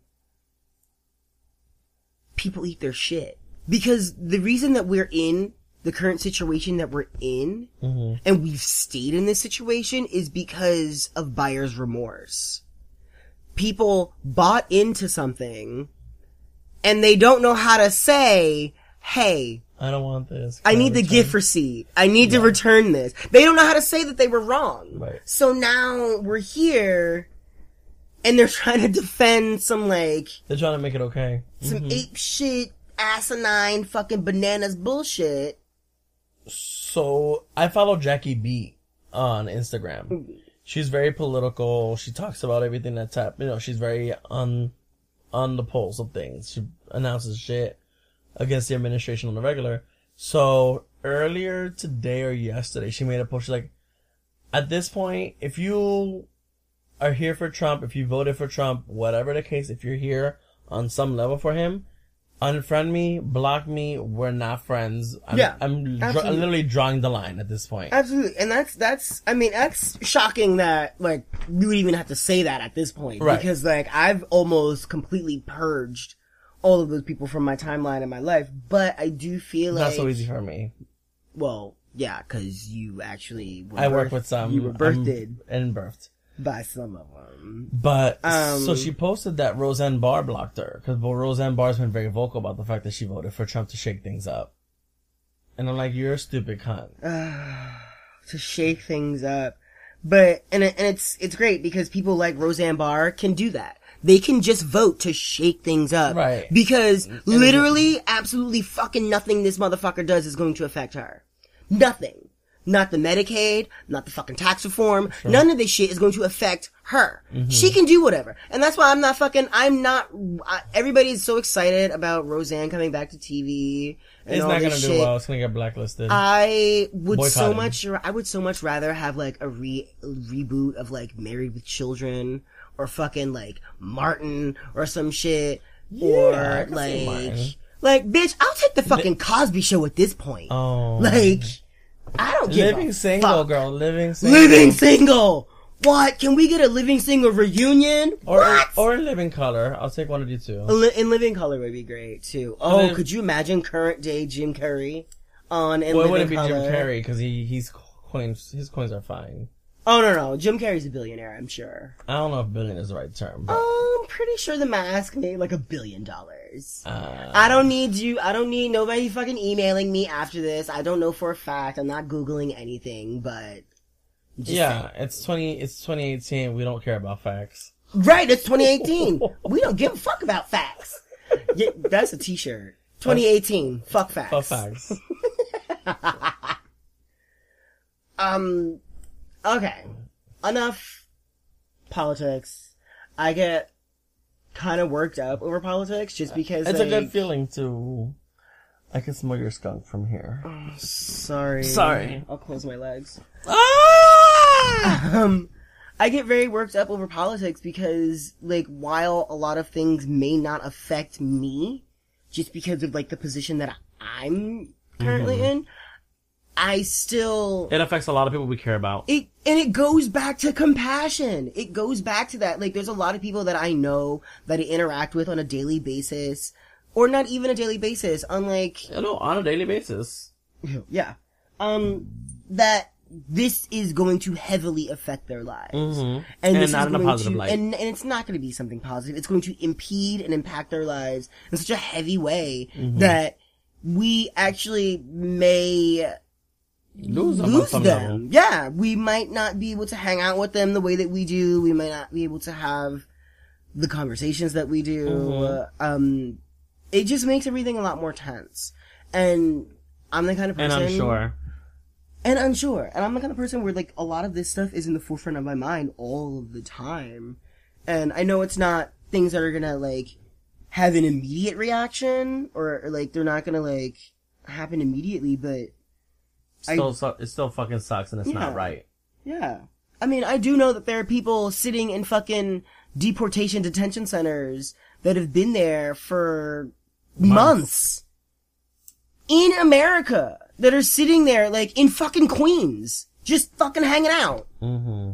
[SPEAKER 1] people eat their shit because the reason that we're in the current situation that we're in
[SPEAKER 2] hmm
[SPEAKER 1] and we've stayed in this situation is because of buyer's remorse. People bought into something and they don't know how to say, hey,
[SPEAKER 2] I don't want this.
[SPEAKER 1] I
[SPEAKER 2] Can
[SPEAKER 1] need the
[SPEAKER 2] return?
[SPEAKER 1] gift receipt. I need to return this. They don't know how to say that they were wrong.
[SPEAKER 2] Right.
[SPEAKER 1] So now we're here and they're trying to defend some like
[SPEAKER 2] They're trying to make it okay.
[SPEAKER 1] some ape shit asinine fucking bananas bullshit.
[SPEAKER 2] So I follow Jackie B on Instagram. She's very political. She talks about everything that's happened. You know, she's very on on the pulse of things. She announces shit against the administration on the regular. So earlier today or yesterday, she made a post. She's like, at this point, if you are here for Trump, if you voted for Trump, whatever the case, if you're here on some level for him, unfriend me, block me. We're not friends. I'm,
[SPEAKER 1] Yeah,
[SPEAKER 2] I'm dr-
[SPEAKER 1] absolutely.
[SPEAKER 2] literally drawing the line at this point.
[SPEAKER 1] Absolutely. And that's, that's, I mean, that's shocking that, like, you would even have to say that at this point.
[SPEAKER 2] Right.
[SPEAKER 1] Because, like, I've almost completely purged all of those people from my timeline and my life, but I do feel
[SPEAKER 2] Not
[SPEAKER 1] like,
[SPEAKER 2] so easy for me.
[SPEAKER 1] well, yeah, cause you actually were
[SPEAKER 2] I work
[SPEAKER 1] birthed-
[SPEAKER 2] with some. um,
[SPEAKER 1] You were
[SPEAKER 2] I'm-
[SPEAKER 1] birthed
[SPEAKER 2] and birthed.
[SPEAKER 1] by some of them.
[SPEAKER 2] But
[SPEAKER 1] Um,
[SPEAKER 2] so she posted that Roseanne Barr blocked her because Roseanne Barr's been very vocal about the fact that she voted for Trump to shake things up, and I'm like, you're a stupid cunt.
[SPEAKER 1] Uh, To shake things up. But, and, it, and it's, it's great because people like Roseanne Barr can do that. They can just vote to shake things up.
[SPEAKER 2] Right. Mm-hmm.
[SPEAKER 1] Because literally, absolutely fucking nothing this motherfucker does is going to affect her. Nothing. Not the Medicaid, not the fucking tax reform, none of this shit is going to affect her.
[SPEAKER 2] Mm-hmm.
[SPEAKER 1] She can do whatever. And that's why I'm not fucking, I'm not, I, everybody's so excited about Roseanne coming back to TV and
[SPEAKER 2] It's
[SPEAKER 1] all
[SPEAKER 2] not
[SPEAKER 1] this
[SPEAKER 2] gonna
[SPEAKER 1] shit. Uh,
[SPEAKER 2] do well. It's gonna get blacklisted.
[SPEAKER 1] I would
[SPEAKER 2] Boycott
[SPEAKER 1] so
[SPEAKER 2] him.
[SPEAKER 1] much. I would so much rather have like a re reboot of like Married with Children or fucking like Martin or some shit
[SPEAKER 2] Yeah, I
[SPEAKER 1] or
[SPEAKER 2] can see Martin.
[SPEAKER 1] like like bitch. I'll take the fucking Cosby Show at this point.
[SPEAKER 2] oh,
[SPEAKER 1] like I don't give
[SPEAKER 2] living
[SPEAKER 1] a
[SPEAKER 2] single
[SPEAKER 1] fuck.
[SPEAKER 2] girl, living single.
[SPEAKER 1] Living single. what? Can we get a Living Single reunion?
[SPEAKER 2] Or
[SPEAKER 1] what?
[SPEAKER 2] or in living color. I'll take one of you two.
[SPEAKER 1] A li- in Living Color would be great too. Oh,
[SPEAKER 2] then-
[SPEAKER 1] could you imagine current day Jim Curry on In
[SPEAKER 2] Well,
[SPEAKER 1] Living
[SPEAKER 2] it wouldn't be
[SPEAKER 1] Color?
[SPEAKER 2] Jim Carrey because he he's coins his coins are fine.
[SPEAKER 1] Oh no no, Jim Carrey's a billionaire, I'm sure.
[SPEAKER 2] I don't know if billion is the right term. But,
[SPEAKER 1] I'm pretty sure the mask made like a billion dollars.
[SPEAKER 2] uh,
[SPEAKER 1] I don't need you. I don't need nobody fucking emailing me after this. I don't know for a fact. I'm not googling anything, but just
[SPEAKER 2] yeah, it's twenty. It's twenty eighteen. We don't care about facts.
[SPEAKER 1] saying. right. It's 2018. we don't give a fuck about facts. Yeah, that's a T-shirt. 2018. Fuck facts.
[SPEAKER 2] About facts.
[SPEAKER 1] Um, okay. Enough politics. I get kind of worked up over politics just because
[SPEAKER 2] it's a good
[SPEAKER 1] like,
[SPEAKER 2] feeling to. I can smell your skunk from here.
[SPEAKER 1] Sorry.
[SPEAKER 2] Sorry.
[SPEAKER 1] I'll close my legs.
[SPEAKER 2] Ah!
[SPEAKER 1] Um, I get very worked up over politics because, like, while a lot of things may not affect me, just because of, like, the position that I'm currently
[SPEAKER 2] Mm-hmm.
[SPEAKER 1] in, I still,
[SPEAKER 2] It affects a lot of people we care about.
[SPEAKER 1] it and it goes back to compassion. It goes back to that. Like there's a lot of people that I know that I interact with on a daily basis, or not even a daily basis. Unlike
[SPEAKER 2] You know, on a daily basis.
[SPEAKER 1] yeah, um, that this is going to heavily affect their lives,
[SPEAKER 2] Mhm.
[SPEAKER 1] and,
[SPEAKER 2] And
[SPEAKER 1] this is
[SPEAKER 2] not in a
[SPEAKER 1] going
[SPEAKER 2] positive
[SPEAKER 1] to,
[SPEAKER 2] light.
[SPEAKER 1] And, and it's not going to be something positive. It's going to impede and impact their lives in such a heavy way
[SPEAKER 2] Mm-hmm.
[SPEAKER 1] that we actually may
[SPEAKER 2] Lose them. on
[SPEAKER 1] lose
[SPEAKER 2] some
[SPEAKER 1] them.
[SPEAKER 2] level.
[SPEAKER 1] Yeah, we might not be able to hang out with them the way that we do. We might not be able to have the conversations that we do.
[SPEAKER 2] Mm-hmm.
[SPEAKER 1] Um, it just makes everything a lot more tense. And I'm the kind of
[SPEAKER 2] And
[SPEAKER 1] person,
[SPEAKER 2] I'm sure.
[SPEAKER 1] and unsure, and I'm the kind of person where like a lot of this stuff is in the forefront of my mind all of the time. And I know it's not things that are gonna like have an immediate reaction, or, or like they're not gonna like happen immediately, but I-
[SPEAKER 2] Still, su- it still fucking sucks, and it's not
[SPEAKER 1] Yeah.
[SPEAKER 2] right.
[SPEAKER 1] Yeah. I mean, I do know that there are people sitting in fucking deportation detention centers that have been there for months. in America that are sitting there like in fucking Queens, just fucking hanging out.
[SPEAKER 2] Mm-hmm.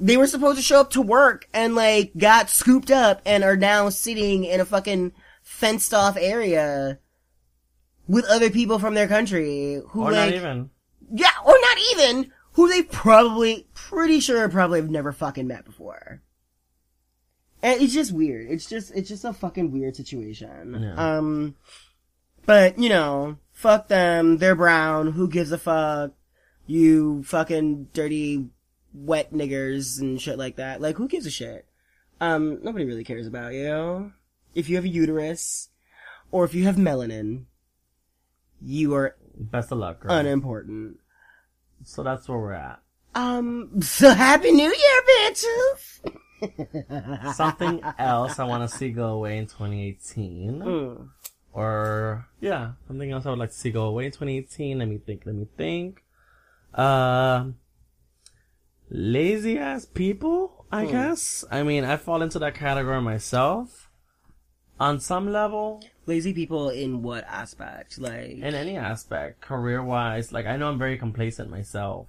[SPEAKER 1] They were supposed to show up to work and like got scooped up and are now sitting in a fucking fenced off area with other people from their country who
[SPEAKER 2] Or
[SPEAKER 1] like
[SPEAKER 2] not even.
[SPEAKER 1] yeah, or not even who they probably, pretty sure, probably have never fucking met before. And it's just weird. It's just, it's just a fucking weird situation.
[SPEAKER 2] Yeah.
[SPEAKER 1] Um, but you know, fuck them. They're brown. Who gives a fuck? You fucking dirty, wet niggers and shit like that. Like, who gives a shit? Um, nobody really cares about you. If you have a uterus, or if you have melanin, you are
[SPEAKER 2] Best of luck, girl.
[SPEAKER 1] unimportant.
[SPEAKER 2] so that's where we're at.
[SPEAKER 1] Um, so happy new year, bitches!
[SPEAKER 2] Something else I want to see go away in 2018.
[SPEAKER 1] Mm.
[SPEAKER 2] or yeah, something else I would like to see go away in 2018. Let me think. Let me think. Uh, lazy ass people. I guess. I mean, I fall into that category myself. On some level,
[SPEAKER 1] Lazy people in what aspect? Like,
[SPEAKER 2] in any aspect, career wise, like I know I'm very complacent myself,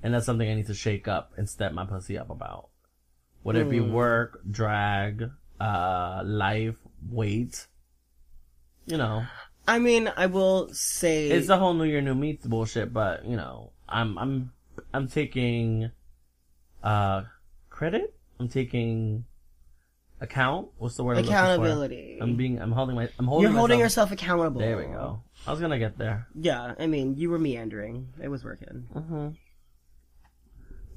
[SPEAKER 2] and that's something I need to shake up and step my pussy up about. Whether it be work, drag, uh, life, weight, you know.
[SPEAKER 1] I mean, I will say,
[SPEAKER 2] It's the whole New Year, New Me bullshit, but you know, I'm I'm I'm taking uh credit. I'm taking account. What's the word? I'm looking for?
[SPEAKER 1] Accountability.
[SPEAKER 2] I'm being. I'm holding my. I'm holding.
[SPEAKER 1] you're holding
[SPEAKER 2] myself-
[SPEAKER 1] yourself accountable.
[SPEAKER 2] There we go. I was gonna get there.
[SPEAKER 1] Yeah, I mean, you were meandering. It was working.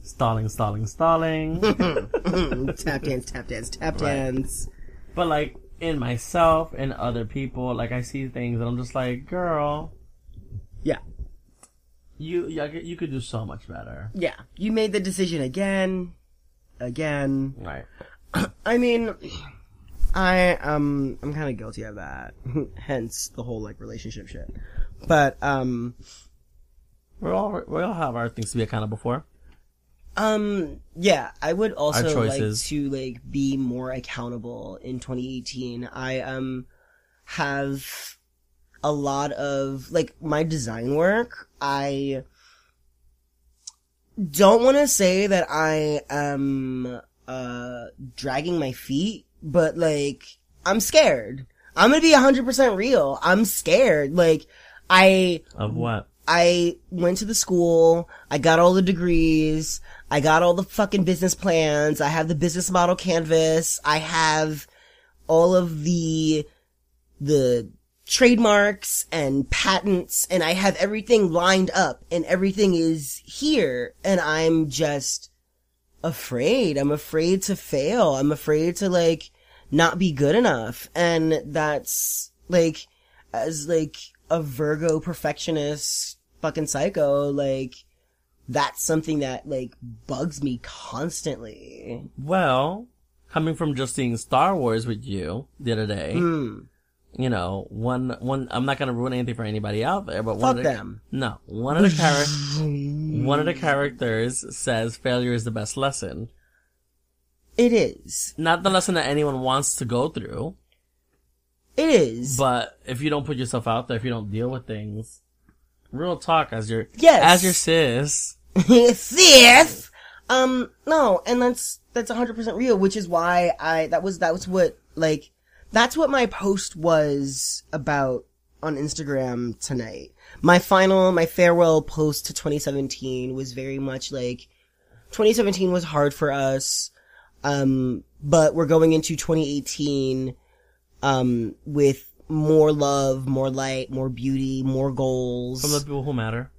[SPEAKER 2] Stalling, stalling, stalling.
[SPEAKER 1] tap dance, tap dance, tap
[SPEAKER 2] Right.
[SPEAKER 1] dance.
[SPEAKER 2] but like in myself and other people, like I see things and I'm just like, girl,
[SPEAKER 1] Yeah,
[SPEAKER 2] you you, you could do so much better.
[SPEAKER 1] yeah. You made the decision again, again.
[SPEAKER 2] Right.
[SPEAKER 1] I mean, I um, I'm kind of guilty of that. Hence the whole like relationship shit. But um,
[SPEAKER 2] We all we all have our things to be accountable for.
[SPEAKER 1] Um, yeah, I would also like
[SPEAKER 2] choices.
[SPEAKER 1] to like be more accountable in 2018. I um have a lot of like my design work. I don't want to say that I am uh dragging my feet, but like I'm scared. I'm gonna be hundred percent real. I'm scared. Like I
[SPEAKER 2] Of what?
[SPEAKER 1] I went to the school. I got all the degrees. I got all the fucking business plans. I have the business model canvas. I have all of the, the trademarks and patents and I have everything lined up and everything is here and I'm just afraid. I'm afraid to fail. I'm afraid to like not be good enough. And that's like, as like a Virgo perfectionist fucking psycho, like that's something that like bugs me constantly.
[SPEAKER 2] Well, coming from just seeing Star Wars with you the other day,
[SPEAKER 1] Hmm.
[SPEAKER 2] you know, one one. I'm not gonna ruin anything for anybody out there, but one
[SPEAKER 1] Fuck
[SPEAKER 2] of the,
[SPEAKER 1] them.
[SPEAKER 2] No, one of the characters, one of the characters says failure is the best lesson.
[SPEAKER 1] It is.
[SPEAKER 2] Not the lesson that anyone wants to go through,
[SPEAKER 1] It is.
[SPEAKER 2] but if you don't put yourself out there, if you don't deal with things, real talk as your
[SPEAKER 1] Yes.
[SPEAKER 2] as your sis,
[SPEAKER 1] Sith. Um, no, and that's that's hundred percent real, which is why I that was that was what like that's what my post was about on Instagram tonight. My final, my farewell post to 2017 was very much like 2017 was hard for us, um, but we're going into 2018 um with more love, more light, more beauty, more goals
[SPEAKER 2] from the people who matter.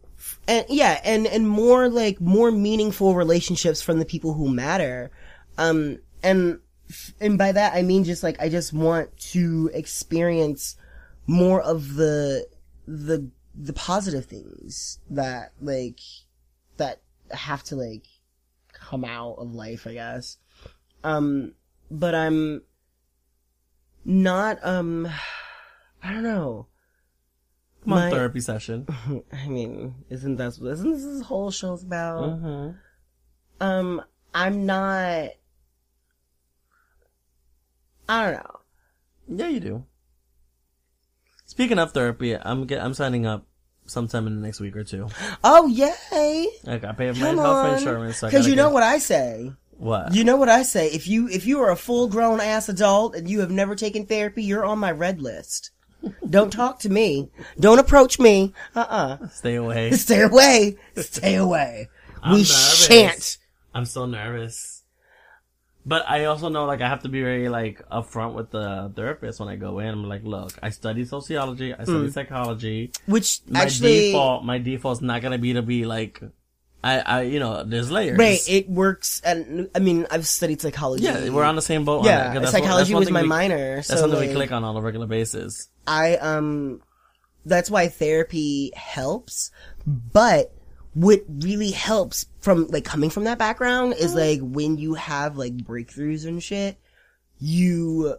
[SPEAKER 1] and yeah, and and more like more meaningful relationships from the people who matter. Um, and and by that I mean just like I just want to experience more of the the the positive things that like that have to like come out of life, I guess. Um, but I'm not um I don't know.
[SPEAKER 2] Come on,
[SPEAKER 1] My-
[SPEAKER 2] therapy session.
[SPEAKER 1] I mean, isn't that isn't this this whole show's about?
[SPEAKER 2] hmm
[SPEAKER 1] Um, I'm not. I don't know.
[SPEAKER 2] Yeah, you do. Speaking of therapy, I'm get, I'm signing up sometime in the next week or two.
[SPEAKER 1] Oh yay!
[SPEAKER 2] Like I pay my
[SPEAKER 1] Come
[SPEAKER 2] health
[SPEAKER 1] on,
[SPEAKER 2] insurance. so I
[SPEAKER 1] because
[SPEAKER 2] gotta
[SPEAKER 1] you know
[SPEAKER 2] get-
[SPEAKER 1] what I say.
[SPEAKER 2] What?
[SPEAKER 1] You know what I say. If you if you are a full grown ass adult and you have never taken therapy, you're on my red list. Don't talk to me. Don't approach me. Uh uh
[SPEAKER 2] Stay away.
[SPEAKER 1] Stay away. Stay away.
[SPEAKER 2] I'm
[SPEAKER 1] we
[SPEAKER 2] nervous.
[SPEAKER 1] shan't.
[SPEAKER 2] I'm so nervous. But I also know, like, I have to be very, like, upfront with the therapist when I go in. I'm like, look, I study sociology, I study psychology.
[SPEAKER 1] Which
[SPEAKER 2] My
[SPEAKER 1] Mm. actually,
[SPEAKER 2] default, my default's not gonna be to be like, I, I, you know, there's layers.
[SPEAKER 1] Right, it works, and I mean, I've studied psychology.
[SPEAKER 2] yeah, we're on the same boat. on that,
[SPEAKER 1] yeah.
[SPEAKER 2] 'cause that's what- that's
[SPEAKER 1] psychology
[SPEAKER 2] one
[SPEAKER 1] was
[SPEAKER 2] thing
[SPEAKER 1] my
[SPEAKER 2] we-
[SPEAKER 1] minor.
[SPEAKER 2] That's
[SPEAKER 1] so
[SPEAKER 2] something
[SPEAKER 1] like,
[SPEAKER 2] we click on on a regular basis.
[SPEAKER 1] I um, that's why therapy helps, but what really helps from like coming from that background is
[SPEAKER 2] Mm-hmm.
[SPEAKER 1] like when you have like breakthroughs and shit, you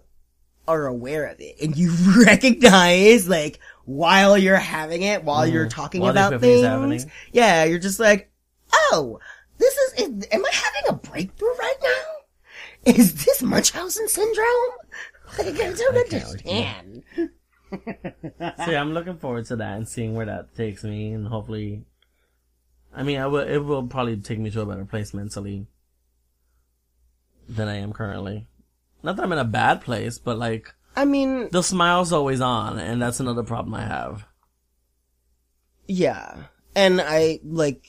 [SPEAKER 1] are aware of it and you recognize like while you're having it, while you're talking
[SPEAKER 2] Mm-hmm. While the
[SPEAKER 1] about
[SPEAKER 2] epiphany's
[SPEAKER 1] things.
[SPEAKER 2] happening.
[SPEAKER 1] Yeah, you're just like, oh, this is, is- am I having a breakthrough right now? Is this Munchausen syndrome? Like, I don't understand.
[SPEAKER 2] So yeah, I'm looking forward to that and seeing where that takes me, and hopefully, I mean, I will. It will probably take me to a better place mentally than I am currently. Not that I'm in a bad place, but like
[SPEAKER 1] I mean,
[SPEAKER 2] the smile's always on, and that's another problem I have.
[SPEAKER 1] yeah. And I, like,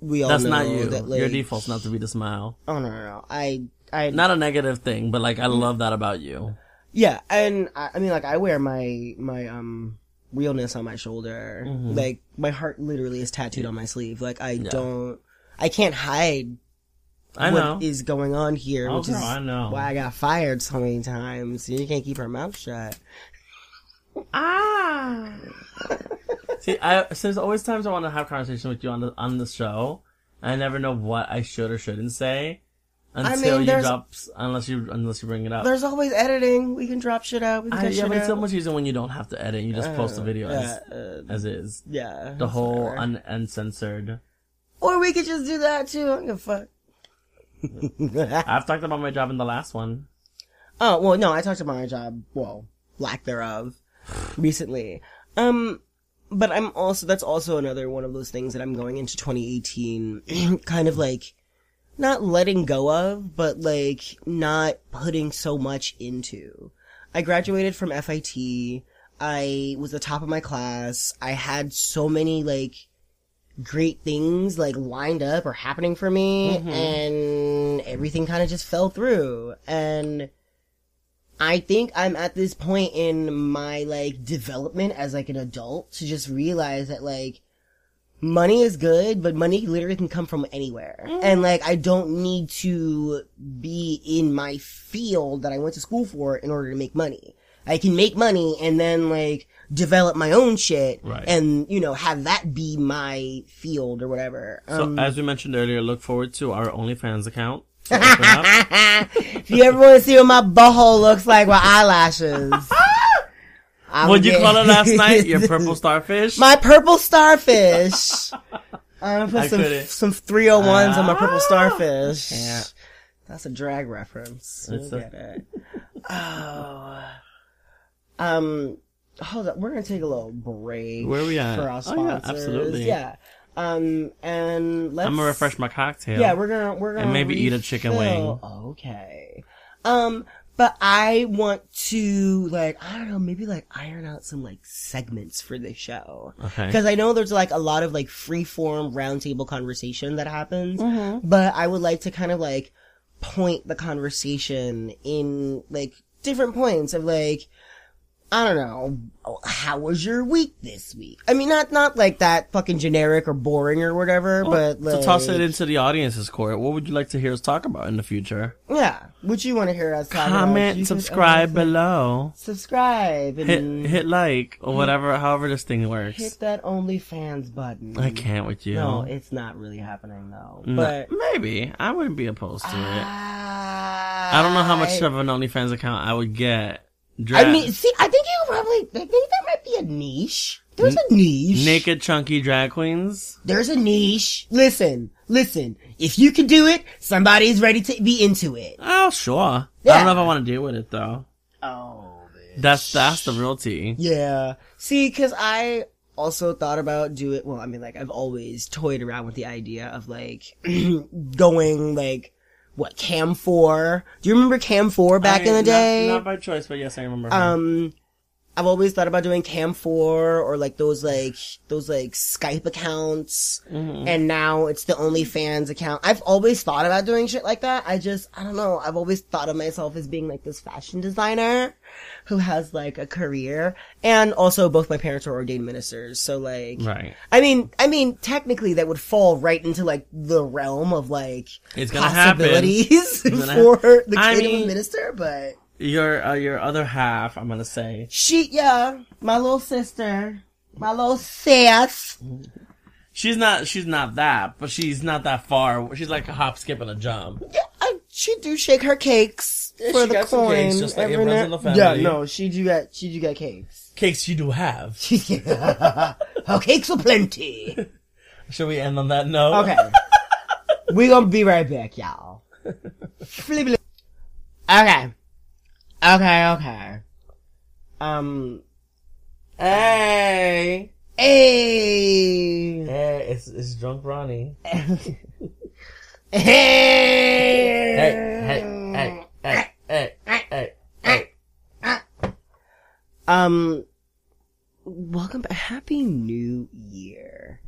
[SPEAKER 1] we all
[SPEAKER 2] That's
[SPEAKER 1] know
[SPEAKER 2] not you.
[SPEAKER 1] that, like,
[SPEAKER 2] Your default's not to be the smile.
[SPEAKER 1] oh, no, no, no. I, I,
[SPEAKER 2] Not a negative thing, but like I love that about you.
[SPEAKER 1] yeah, and I, I mean, like, I wear my, my, um, realness on my shoulder.
[SPEAKER 2] Mm-hmm.
[SPEAKER 1] Like, my heart literally is tattooed on my sleeve. Like, I don't, I can't hide
[SPEAKER 2] I
[SPEAKER 1] what
[SPEAKER 2] know.
[SPEAKER 1] is going on here,
[SPEAKER 2] Oh,
[SPEAKER 1] which is
[SPEAKER 2] girl, I know.
[SPEAKER 1] why I got fired so many times. You can't keep her mouth shut.
[SPEAKER 2] Ah. See, I there's always times I want to have conversation with you on the on the show. I never know what I should or shouldn't say until
[SPEAKER 1] mean,
[SPEAKER 2] you
[SPEAKER 1] there's-
[SPEAKER 2] drop unless you unless you bring it up.
[SPEAKER 1] There's always editing. We can drop shit out. We can
[SPEAKER 2] I,
[SPEAKER 1] cut
[SPEAKER 2] yeah,
[SPEAKER 1] shit
[SPEAKER 2] but it's so
[SPEAKER 1] out.
[SPEAKER 2] much easier when you don't have to edit. You just post the video as,
[SPEAKER 1] Uh, uh,
[SPEAKER 2] as is.
[SPEAKER 1] yeah.
[SPEAKER 2] The whole un, uncensored.
[SPEAKER 1] Or we could just do that too. I don't give a fuck.
[SPEAKER 2] I've talked about my job in the last one.
[SPEAKER 1] oh well, no, I talked about my job. Well, lack thereof, recently. Um, but I'm also that's also another one of those things that I'm going into 2018 kind of like not letting go of, but like not putting so much into. I graduated from FIT. I was the top of my class. I had so many like great things like lined up or happening for me and everything kind of just fell through and I think I'm at this point in my like development as like an adult to just realize that like money is good, but money literally can come from anywhere. And like I don't need to be in my field that I went to school for in order to make money. I can make money and then like develop my own shit
[SPEAKER 2] Right.
[SPEAKER 1] and you know have that be my field or whatever.
[SPEAKER 2] So
[SPEAKER 1] Um,
[SPEAKER 2] as we mentioned earlier, look forward to our OnlyFans account. to open up.
[SPEAKER 1] if you ever want to see what my butthole looks like with eyelashes. I
[SPEAKER 2] What'd you
[SPEAKER 1] would
[SPEAKER 2] call
[SPEAKER 1] get-
[SPEAKER 2] it last night? Your purple starfish?
[SPEAKER 1] My purple starfish. I'm gonna put
[SPEAKER 2] I
[SPEAKER 1] some
[SPEAKER 2] couldn't.
[SPEAKER 1] some 301s on my purple
[SPEAKER 2] Ah.
[SPEAKER 1] starfish.
[SPEAKER 2] Yeah.
[SPEAKER 1] That's a drag reference. You'll
[SPEAKER 2] It's a-
[SPEAKER 1] get it. Oh. Um, hold up. We're gonna take a little break.
[SPEAKER 2] Where we at?
[SPEAKER 1] For our
[SPEAKER 2] Oh, yeah,
[SPEAKER 1] sponsors.
[SPEAKER 2] absolutely.
[SPEAKER 1] Yeah. Um, and let's.
[SPEAKER 2] I'm gonna refresh my cocktail.
[SPEAKER 1] Yeah, we're gonna we're gonna
[SPEAKER 2] And maybe eat a chicken
[SPEAKER 1] refill. Okay. Um, but I want to like I don't know maybe like iron out some like segments for this show
[SPEAKER 2] Okay.
[SPEAKER 1] because I know there's like a lot of like free form roundtable conversation that happens,
[SPEAKER 2] Mm-hmm.
[SPEAKER 1] but I would like to kind of like point the conversation in like different points of like I don't know how was your week this week. I mean, not not like that fucking generic or boring or whatever, but like,
[SPEAKER 2] to toss it into the audience's court, what would you like to hear us talk about in the future?
[SPEAKER 1] Yeah. Would you want to hear us talk about? You
[SPEAKER 2] Comment,
[SPEAKER 1] can- Mm.
[SPEAKER 2] subscribe
[SPEAKER 1] uh,
[SPEAKER 2] below,
[SPEAKER 1] subscribe
[SPEAKER 2] hit
[SPEAKER 1] and hit,
[SPEAKER 2] hit like or whatever, however this thing works.
[SPEAKER 1] that OnlyFans button.
[SPEAKER 2] I can't with you.
[SPEAKER 1] No, it's not really happening though.
[SPEAKER 2] No,
[SPEAKER 1] But
[SPEAKER 2] maybe I wouldn't be opposed to it.
[SPEAKER 1] I
[SPEAKER 2] I don't know how much of an OnlyFans account I would get.
[SPEAKER 1] I
[SPEAKER 2] Dress.
[SPEAKER 1] mean, see, I think you probably. I think that might be a niche. There's a niche.
[SPEAKER 2] naked chunky drag queens.
[SPEAKER 1] There's a niche. Listen, listen. If you can do it, somebody's ready to be into it.
[SPEAKER 2] Oh sure. I
[SPEAKER 1] Yeah.
[SPEAKER 2] don't know if I want to deal with it though.
[SPEAKER 1] Oh, man.
[SPEAKER 2] That's that's the real tea.
[SPEAKER 1] Yeah. See, cause I also thought about do it. Well, I mean, like, I've always toyed around with the idea of like going like, what, cam four? Do you remember cam four back in the day?
[SPEAKER 2] Not, by choice, but yes, I remember.
[SPEAKER 1] um, I've always thought about doing cam four or like those like, those like Skype accounts.
[SPEAKER 2] Mm-hmm.
[SPEAKER 1] And now it's the OnlyFans account. I've always thought about doing shit like that. I just, I don't know. I've always thought of myself as being like this fashion designer who has like a career. And also both my parents were ordained ministers. So like,
[SPEAKER 2] right.
[SPEAKER 1] I mean, I mean, technically that would fall right into like the realm of like
[SPEAKER 2] It's gonna happen.
[SPEAKER 1] possibilities
[SPEAKER 2] gonna
[SPEAKER 1] for
[SPEAKER 2] hap-
[SPEAKER 1] the kid
[SPEAKER 2] I
[SPEAKER 1] of a
[SPEAKER 2] mean-
[SPEAKER 1] minister, but
[SPEAKER 2] Your uh, your other half, I'm gonna say,
[SPEAKER 1] she, yeah, my little sister, my little sis.
[SPEAKER 2] she's not she's not that, but she's not that far. She's like a hop, skip, and a jump.
[SPEAKER 1] Yeah, I, she do shake her cakes for
[SPEAKER 2] she
[SPEAKER 1] the
[SPEAKER 2] got some
[SPEAKER 1] coin.
[SPEAKER 2] cakes, just like
[SPEAKER 1] every
[SPEAKER 2] everyone
[SPEAKER 1] now-
[SPEAKER 2] else in the family.
[SPEAKER 1] Yeah, no, she do got she do got cakes.
[SPEAKER 2] Cakes you do have.
[SPEAKER 1] her cakes are plenty.
[SPEAKER 2] Should we end on that note?
[SPEAKER 1] Okay, we gonna be right back, y'all. Flippity- okay, okay, okay. Um,
[SPEAKER 2] Hey.
[SPEAKER 1] hey,
[SPEAKER 2] Hey, it's it's drunk Ronnie.
[SPEAKER 1] hey,
[SPEAKER 2] Hey, hey, hey, hey, hey, hey, hey.
[SPEAKER 1] Um, welcome back. Happy New Year.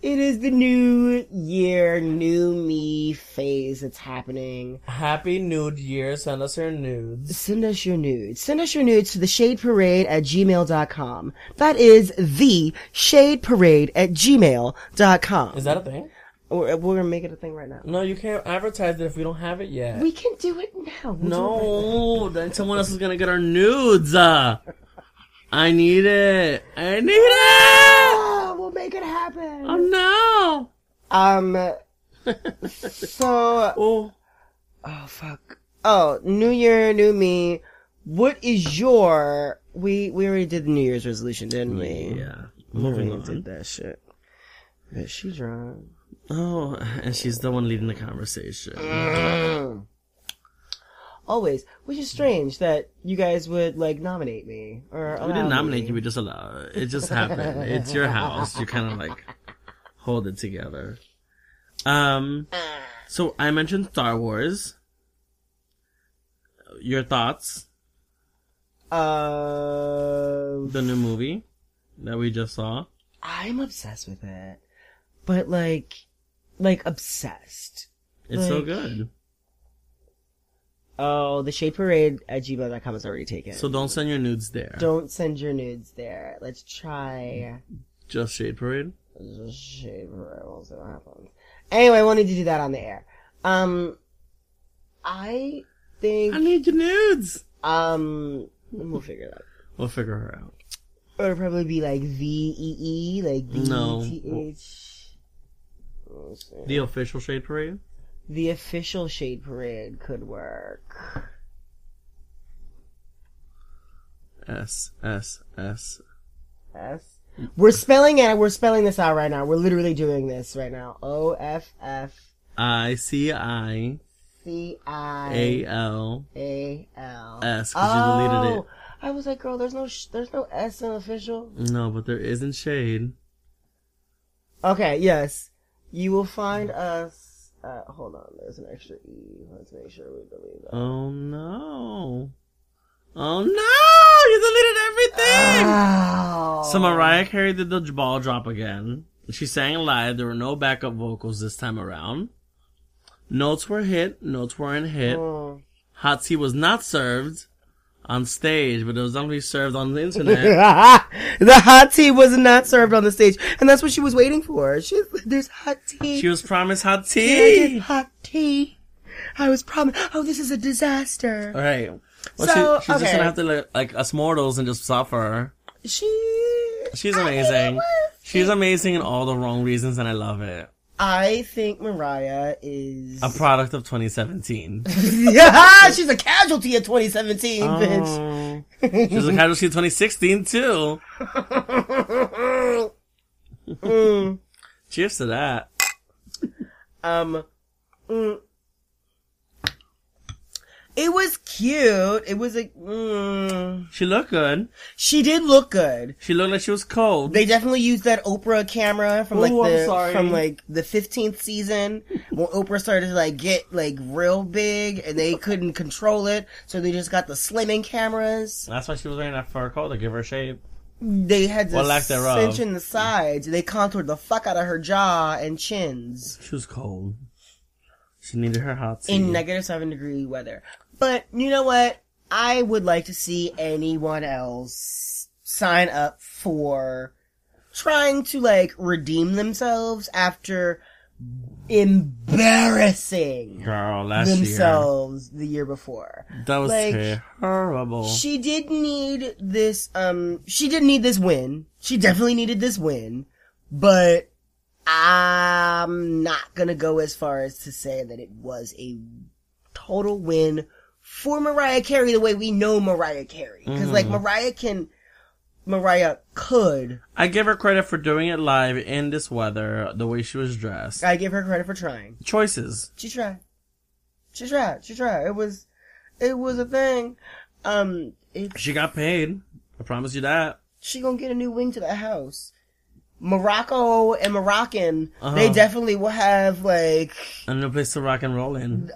[SPEAKER 1] It is the new year, new me phase that's happening.
[SPEAKER 2] Happy Nude Year. Send us your nudes.
[SPEAKER 1] Send us your nudes. Send us your nudes to the shade parade at gmail.com. That is the shade parade at gmail.com.
[SPEAKER 2] Is that a thing?
[SPEAKER 1] We're, we're gonna make it a thing right now.
[SPEAKER 2] No, you can't advertise it if we don't have it yet.
[SPEAKER 1] We can do it now. We'll do it right now.
[SPEAKER 2] No, then someone else is gonna get our nudes. Uh, I need it. I need it.
[SPEAKER 1] Ah, we'll make it happen.
[SPEAKER 2] Oh no.
[SPEAKER 1] Um, so
[SPEAKER 2] Oh,
[SPEAKER 1] Oh fuck. Oh, New Year, new me. What is your? We we already did the New Year's resolution, didn't we?
[SPEAKER 2] yeah.
[SPEAKER 1] we already
[SPEAKER 2] Moving
[SPEAKER 1] did
[SPEAKER 2] on.
[SPEAKER 1] that shit. But she drunk.
[SPEAKER 2] Oh, and she's the one leading the conversation.
[SPEAKER 1] Mm. always, which is strange that you guys would like nominate me or
[SPEAKER 2] We didn't nominate you. We just allow it. Just happened. it's your house. You kind of like hold it together. Um. So I mentioned Star Wars. Your thoughts?
[SPEAKER 1] Uh,
[SPEAKER 2] The new movie that we just saw.
[SPEAKER 1] I'm obsessed with it, but like, like obsessed.
[SPEAKER 2] It's so
[SPEAKER 1] Like-
[SPEAKER 2] good.
[SPEAKER 1] Oh, the shade parade at gmail.com is already taken.
[SPEAKER 2] So don't send your nudes there.
[SPEAKER 1] don't send your nudes there. Let's try.
[SPEAKER 2] Just Shade Parade.
[SPEAKER 1] Shade parade. We'll see what happens. Anyway, I wanted to do that on the air. Um, I think
[SPEAKER 2] I need your nudes.
[SPEAKER 1] um, we'll figure that. out.
[SPEAKER 2] We'll figure her out.
[SPEAKER 1] It'll probably be like V E E, like V
[SPEAKER 2] No.
[SPEAKER 1] T H. Let's see.
[SPEAKER 2] The official Shade Parade.
[SPEAKER 1] The official shade parade could work.
[SPEAKER 2] S S S.
[SPEAKER 1] S. We're spelling it. We're spelling this out right now. We're literally doing this right now. O F F
[SPEAKER 2] I C I
[SPEAKER 1] C I
[SPEAKER 2] A L.
[SPEAKER 1] A L Oh,
[SPEAKER 2] S, 'cause you deleted it.
[SPEAKER 1] I was like, girl, there's no, sh- there's no S in official.
[SPEAKER 2] No, but there isn't shade.
[SPEAKER 1] Okay, yes. You will find us. Uh, hold on, there's an extra E. Let's make sure we delete that.
[SPEAKER 2] Oh no. Oh no! You deleted everything!
[SPEAKER 1] Ow.
[SPEAKER 2] so Mariah Carey did the ball drop again. She sang live. There were no backup vocals this time around. Notes were hit. Notes weren't hit.
[SPEAKER 1] Mm.
[SPEAKER 2] Hot tea was not served on stage, but it was only served on the internet.
[SPEAKER 1] the hot tea was not served on the stage, and that's what she was waiting for. She's, there's hot tea.
[SPEAKER 2] she was promised hot
[SPEAKER 1] I did
[SPEAKER 2] tea.
[SPEAKER 1] hot tea. I was promised. Oh, this is a disaster.
[SPEAKER 2] All right. Well,
[SPEAKER 1] So,
[SPEAKER 2] she, she's just
[SPEAKER 1] okay.
[SPEAKER 2] gonna have to like, like us mortals and just suffer.
[SPEAKER 1] She.
[SPEAKER 2] She's
[SPEAKER 1] I think it
[SPEAKER 2] amazing.
[SPEAKER 1] was-
[SPEAKER 2] She's amazing in all the wrong reasons, and I love it.
[SPEAKER 1] I think Mariah is.
[SPEAKER 2] A product of 2017.
[SPEAKER 1] yeah, she's a casualty of 2017, bitch.
[SPEAKER 2] Oh. She was a casualty of 2016 too.
[SPEAKER 1] Mm.
[SPEAKER 2] Cheers to that.
[SPEAKER 1] Um, mm. it was cute. It was like, mm.
[SPEAKER 2] She looked good.
[SPEAKER 1] she did look good.
[SPEAKER 2] She looked like she was cold.
[SPEAKER 1] They definitely used that Oprah camera from like
[SPEAKER 2] Ooh, I'm
[SPEAKER 1] the
[SPEAKER 2] sorry.
[SPEAKER 1] from like the fifteenth season when Oprah started to like get like real big and they couldn't control it, so they just got the slimming cameras.
[SPEAKER 2] That's why she was wearing that fur coat to give her shape.
[SPEAKER 1] They had to
[SPEAKER 2] Or lack thereof.
[SPEAKER 1] cinch in the sides. They contoured the fuck out of her jaw and chins
[SPEAKER 2] She was cold. She needed her hot tea.
[SPEAKER 1] in negative seven degree weather. But you know what? I would like to see anyone else sign up for trying to like redeem themselves after embarrassing
[SPEAKER 2] Girl, last
[SPEAKER 1] themselves the year before.
[SPEAKER 2] year. That was
[SPEAKER 1] Like,
[SPEAKER 2] terrible.
[SPEAKER 1] She did need this um she did need this win. She definitely needed this win, but I'm not going to go as far as to say that it was a total win for Mariah Carey the way we know Mariah Carey cuz like Mariah can Mariah could.
[SPEAKER 2] I give her credit for doing it live in this weather, the way she was dressed.
[SPEAKER 1] I give her credit for trying.
[SPEAKER 2] Choices.
[SPEAKER 1] She tried. She tried. She tried. It was it was a thing. Um it
[SPEAKER 2] She got paid. I promise you that.
[SPEAKER 1] she gonna get a new wing to the house. Morocco and Moroccan,
[SPEAKER 2] Uh-huh.
[SPEAKER 1] they definitely will have like.
[SPEAKER 2] And no place to rock and roll in.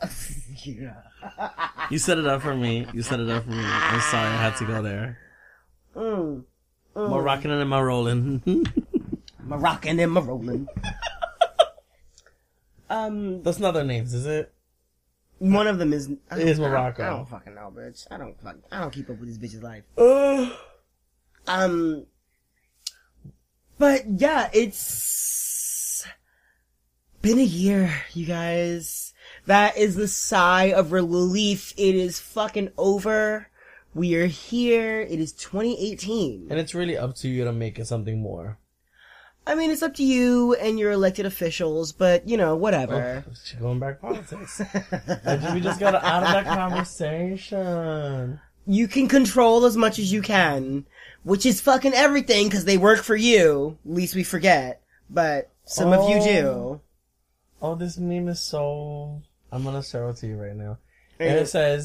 [SPEAKER 1] yeah.
[SPEAKER 2] You set it up for me. You set it up for me. I'm sorry I had to go there.
[SPEAKER 1] Mm.
[SPEAKER 2] More rocking and more rolling.
[SPEAKER 1] Moroccan and Moroccan. um,
[SPEAKER 2] That's not their names, is it?
[SPEAKER 1] one of them is I
[SPEAKER 2] It is
[SPEAKER 1] don't-
[SPEAKER 2] Morocco.
[SPEAKER 1] I don't fucking know, bitch. I don't fuck. I don't keep up with this bitch's life.
[SPEAKER 2] Uh,
[SPEAKER 1] Um, but yeah, it's been a year, you guys. That is the sigh of relief. It is fucking over. We are here. It is 2018.
[SPEAKER 2] and it's really up to you to make it something more.
[SPEAKER 1] I mean, it's up to you and your elected officials, but you know, whatever.
[SPEAKER 2] She's going back politics. Like, we just got out of that conversation.
[SPEAKER 1] You can control as much as you can, which is fucking everything because they work for you. Least we forget, but some of you do.
[SPEAKER 2] Oh. Oh, this meme is so. I'm gonna show it to you right now. And it says,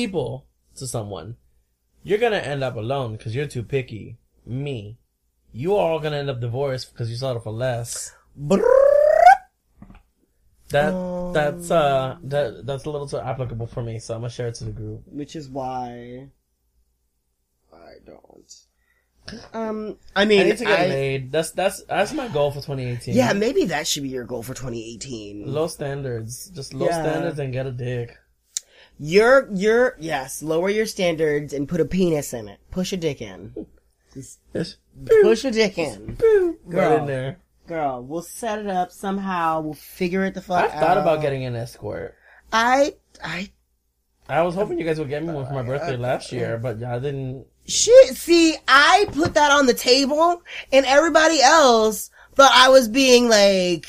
[SPEAKER 2] people to someone, you're gonna end up alone because you're too picky. Me, you are all gonna end up divorced because you settled for less. That
[SPEAKER 1] Oh.
[SPEAKER 2] that's uh that that's a little too applicable for me, so I'm gonna share it to the group.
[SPEAKER 1] which is why I don't. Um, I mean,
[SPEAKER 2] I need to get
[SPEAKER 1] I-
[SPEAKER 2] laid. That's that's that's my goal for 2018.
[SPEAKER 1] yeah, maybe that should be your goal for 2018.
[SPEAKER 2] low standards, just low
[SPEAKER 1] Yeah.
[SPEAKER 2] standards, and get a dick.
[SPEAKER 1] Your, your, yes, lower your standards and put a penis in it. Push a dick in.
[SPEAKER 2] Yes.
[SPEAKER 1] Push a dick in.
[SPEAKER 2] Right in there.
[SPEAKER 1] Girl, we'll set it up somehow. We'll uh, figure it the fuck
[SPEAKER 2] I've
[SPEAKER 1] out.
[SPEAKER 2] thought about getting an escort.
[SPEAKER 1] I, I,
[SPEAKER 2] I was hoping you guys would get me
[SPEAKER 1] Uh,
[SPEAKER 2] one for my birthday last year, but I didn't.
[SPEAKER 1] shit, see, I put that on the table and everybody else thought I was being like,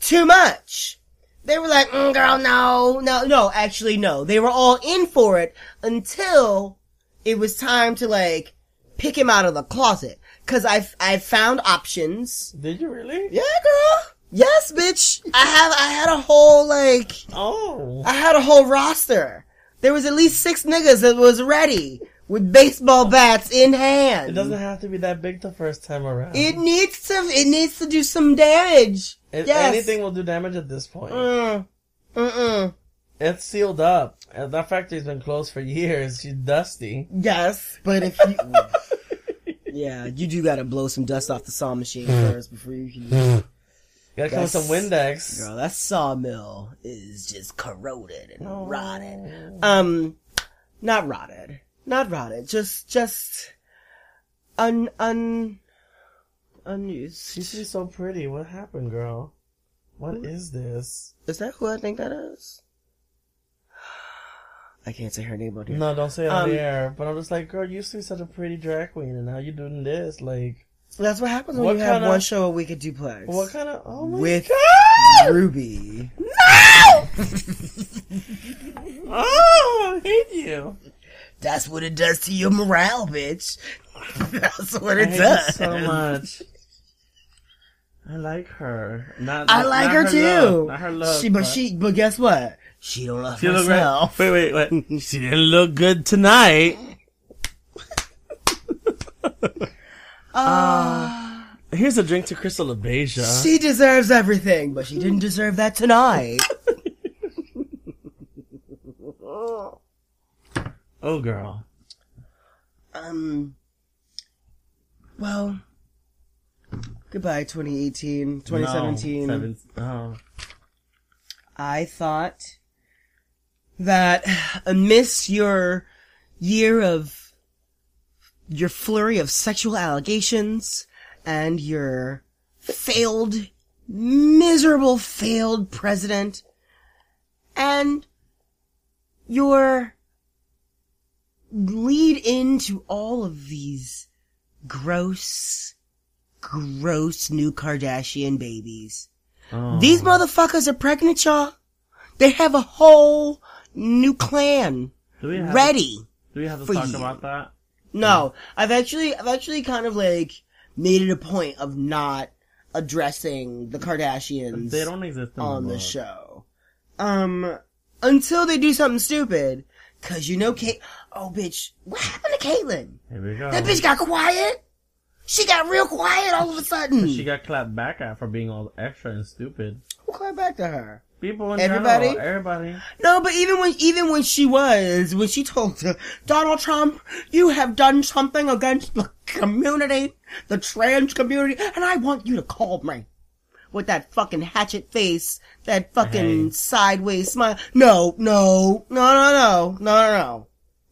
[SPEAKER 1] too much. They were like, mm, girl, no, no, no, actually no. They were all in for it until it was time to like pick him out of the closet. Cause I've, I've found options.
[SPEAKER 2] Did you really?
[SPEAKER 1] Yeah, girl. Yes, bitch. I have. I had a whole like.
[SPEAKER 2] Oh.
[SPEAKER 1] I had a whole roster. There was at least six niggas that was ready with baseball bats in hand.
[SPEAKER 2] It doesn't have to be that big the first time around.
[SPEAKER 1] Mm. It needs to. It needs to do some damage.
[SPEAKER 2] It-
[SPEAKER 1] yes.
[SPEAKER 2] Anything will do damage at this point.
[SPEAKER 1] Mm. Mm.
[SPEAKER 2] It's sealed up. Uh, That factory's been closed for years. She's dusty.
[SPEAKER 1] Yes, but if you. Yeah, you do gotta blow some dust off the saw machine first before you can.
[SPEAKER 2] Gotta come with some Windex.
[SPEAKER 1] Girl, that sawmill is just corroded and
[SPEAKER 2] Oh.
[SPEAKER 1] rotted. Um, not rotted, not rotted. Just, just un un
[SPEAKER 2] She
[SPEAKER 1] unused.
[SPEAKER 2] should be so pretty. What happened, girl? What is this?
[SPEAKER 1] Is that who I think that is? I can't say her name on here.
[SPEAKER 2] No, don't say it on
[SPEAKER 1] Um,
[SPEAKER 2] the air. But I'm just like, girl, you used to be such a pretty drag queen, and now you're doing this. Like,
[SPEAKER 1] That's what happens when
[SPEAKER 2] What
[SPEAKER 1] you have
[SPEAKER 2] kinda-
[SPEAKER 1] one show a week at Duplex
[SPEAKER 2] what kind of? Oh my
[SPEAKER 1] with Ruby.
[SPEAKER 2] Oh, I hate you.
[SPEAKER 1] That's what it does to your morale, bitch. That's what
[SPEAKER 2] I
[SPEAKER 1] it
[SPEAKER 2] hate you
[SPEAKER 1] does.
[SPEAKER 2] so much. I like her. Not,
[SPEAKER 1] I like
[SPEAKER 2] not
[SPEAKER 1] her, too.
[SPEAKER 2] look, not her look.
[SPEAKER 1] she, but, she, but guess what? She don't love
[SPEAKER 2] She look
[SPEAKER 1] herself.
[SPEAKER 2] right. Wait, wait, wait. she didn't look good tonight. Here's a drink to Crystal Abasia.
[SPEAKER 1] Ah. She deserves everything, but she didn't deserve that tonight.
[SPEAKER 2] Oh, girl.
[SPEAKER 1] Um. Well. Goodbye, 2018, 2017.
[SPEAKER 2] No, seven- oh.
[SPEAKER 1] I thought that amidst your year of your flurry of sexual allegations and your failed, miserable failed president and your lead into all of these gross, gross new Kardashian babies.
[SPEAKER 2] Oh.
[SPEAKER 1] These motherfuckers are pregnant, y'all. They have a whole new clan
[SPEAKER 2] Do we have,
[SPEAKER 1] ready.
[SPEAKER 2] Do we have to
[SPEAKER 1] for
[SPEAKER 2] talk
[SPEAKER 1] you.
[SPEAKER 2] about that?
[SPEAKER 1] No, I've actually, I've actually kind of like made it a point of not addressing the Kardashians
[SPEAKER 2] They don't exist in
[SPEAKER 1] on the
[SPEAKER 2] book.
[SPEAKER 1] show. Um, until they do something stupid. Cause you know Kate, oh bitch, what happened to Caitlyn?
[SPEAKER 2] Here we go.
[SPEAKER 1] That bitch got quiet. She got real quiet all of a sudden.
[SPEAKER 2] She got clapped back at for being all extra and stupid.
[SPEAKER 1] Who clapped back to her?
[SPEAKER 2] People in
[SPEAKER 1] Everybody?
[SPEAKER 2] general, everybody.
[SPEAKER 1] No, but even when even when she was when she told uh, Donald Trump, "You have done something against the community, the trans community, and I want you to call me." With that fucking hatchet face, that fucking
[SPEAKER 2] Hey.
[SPEAKER 1] sideways smile. No, no, no, no, no, no, no, no.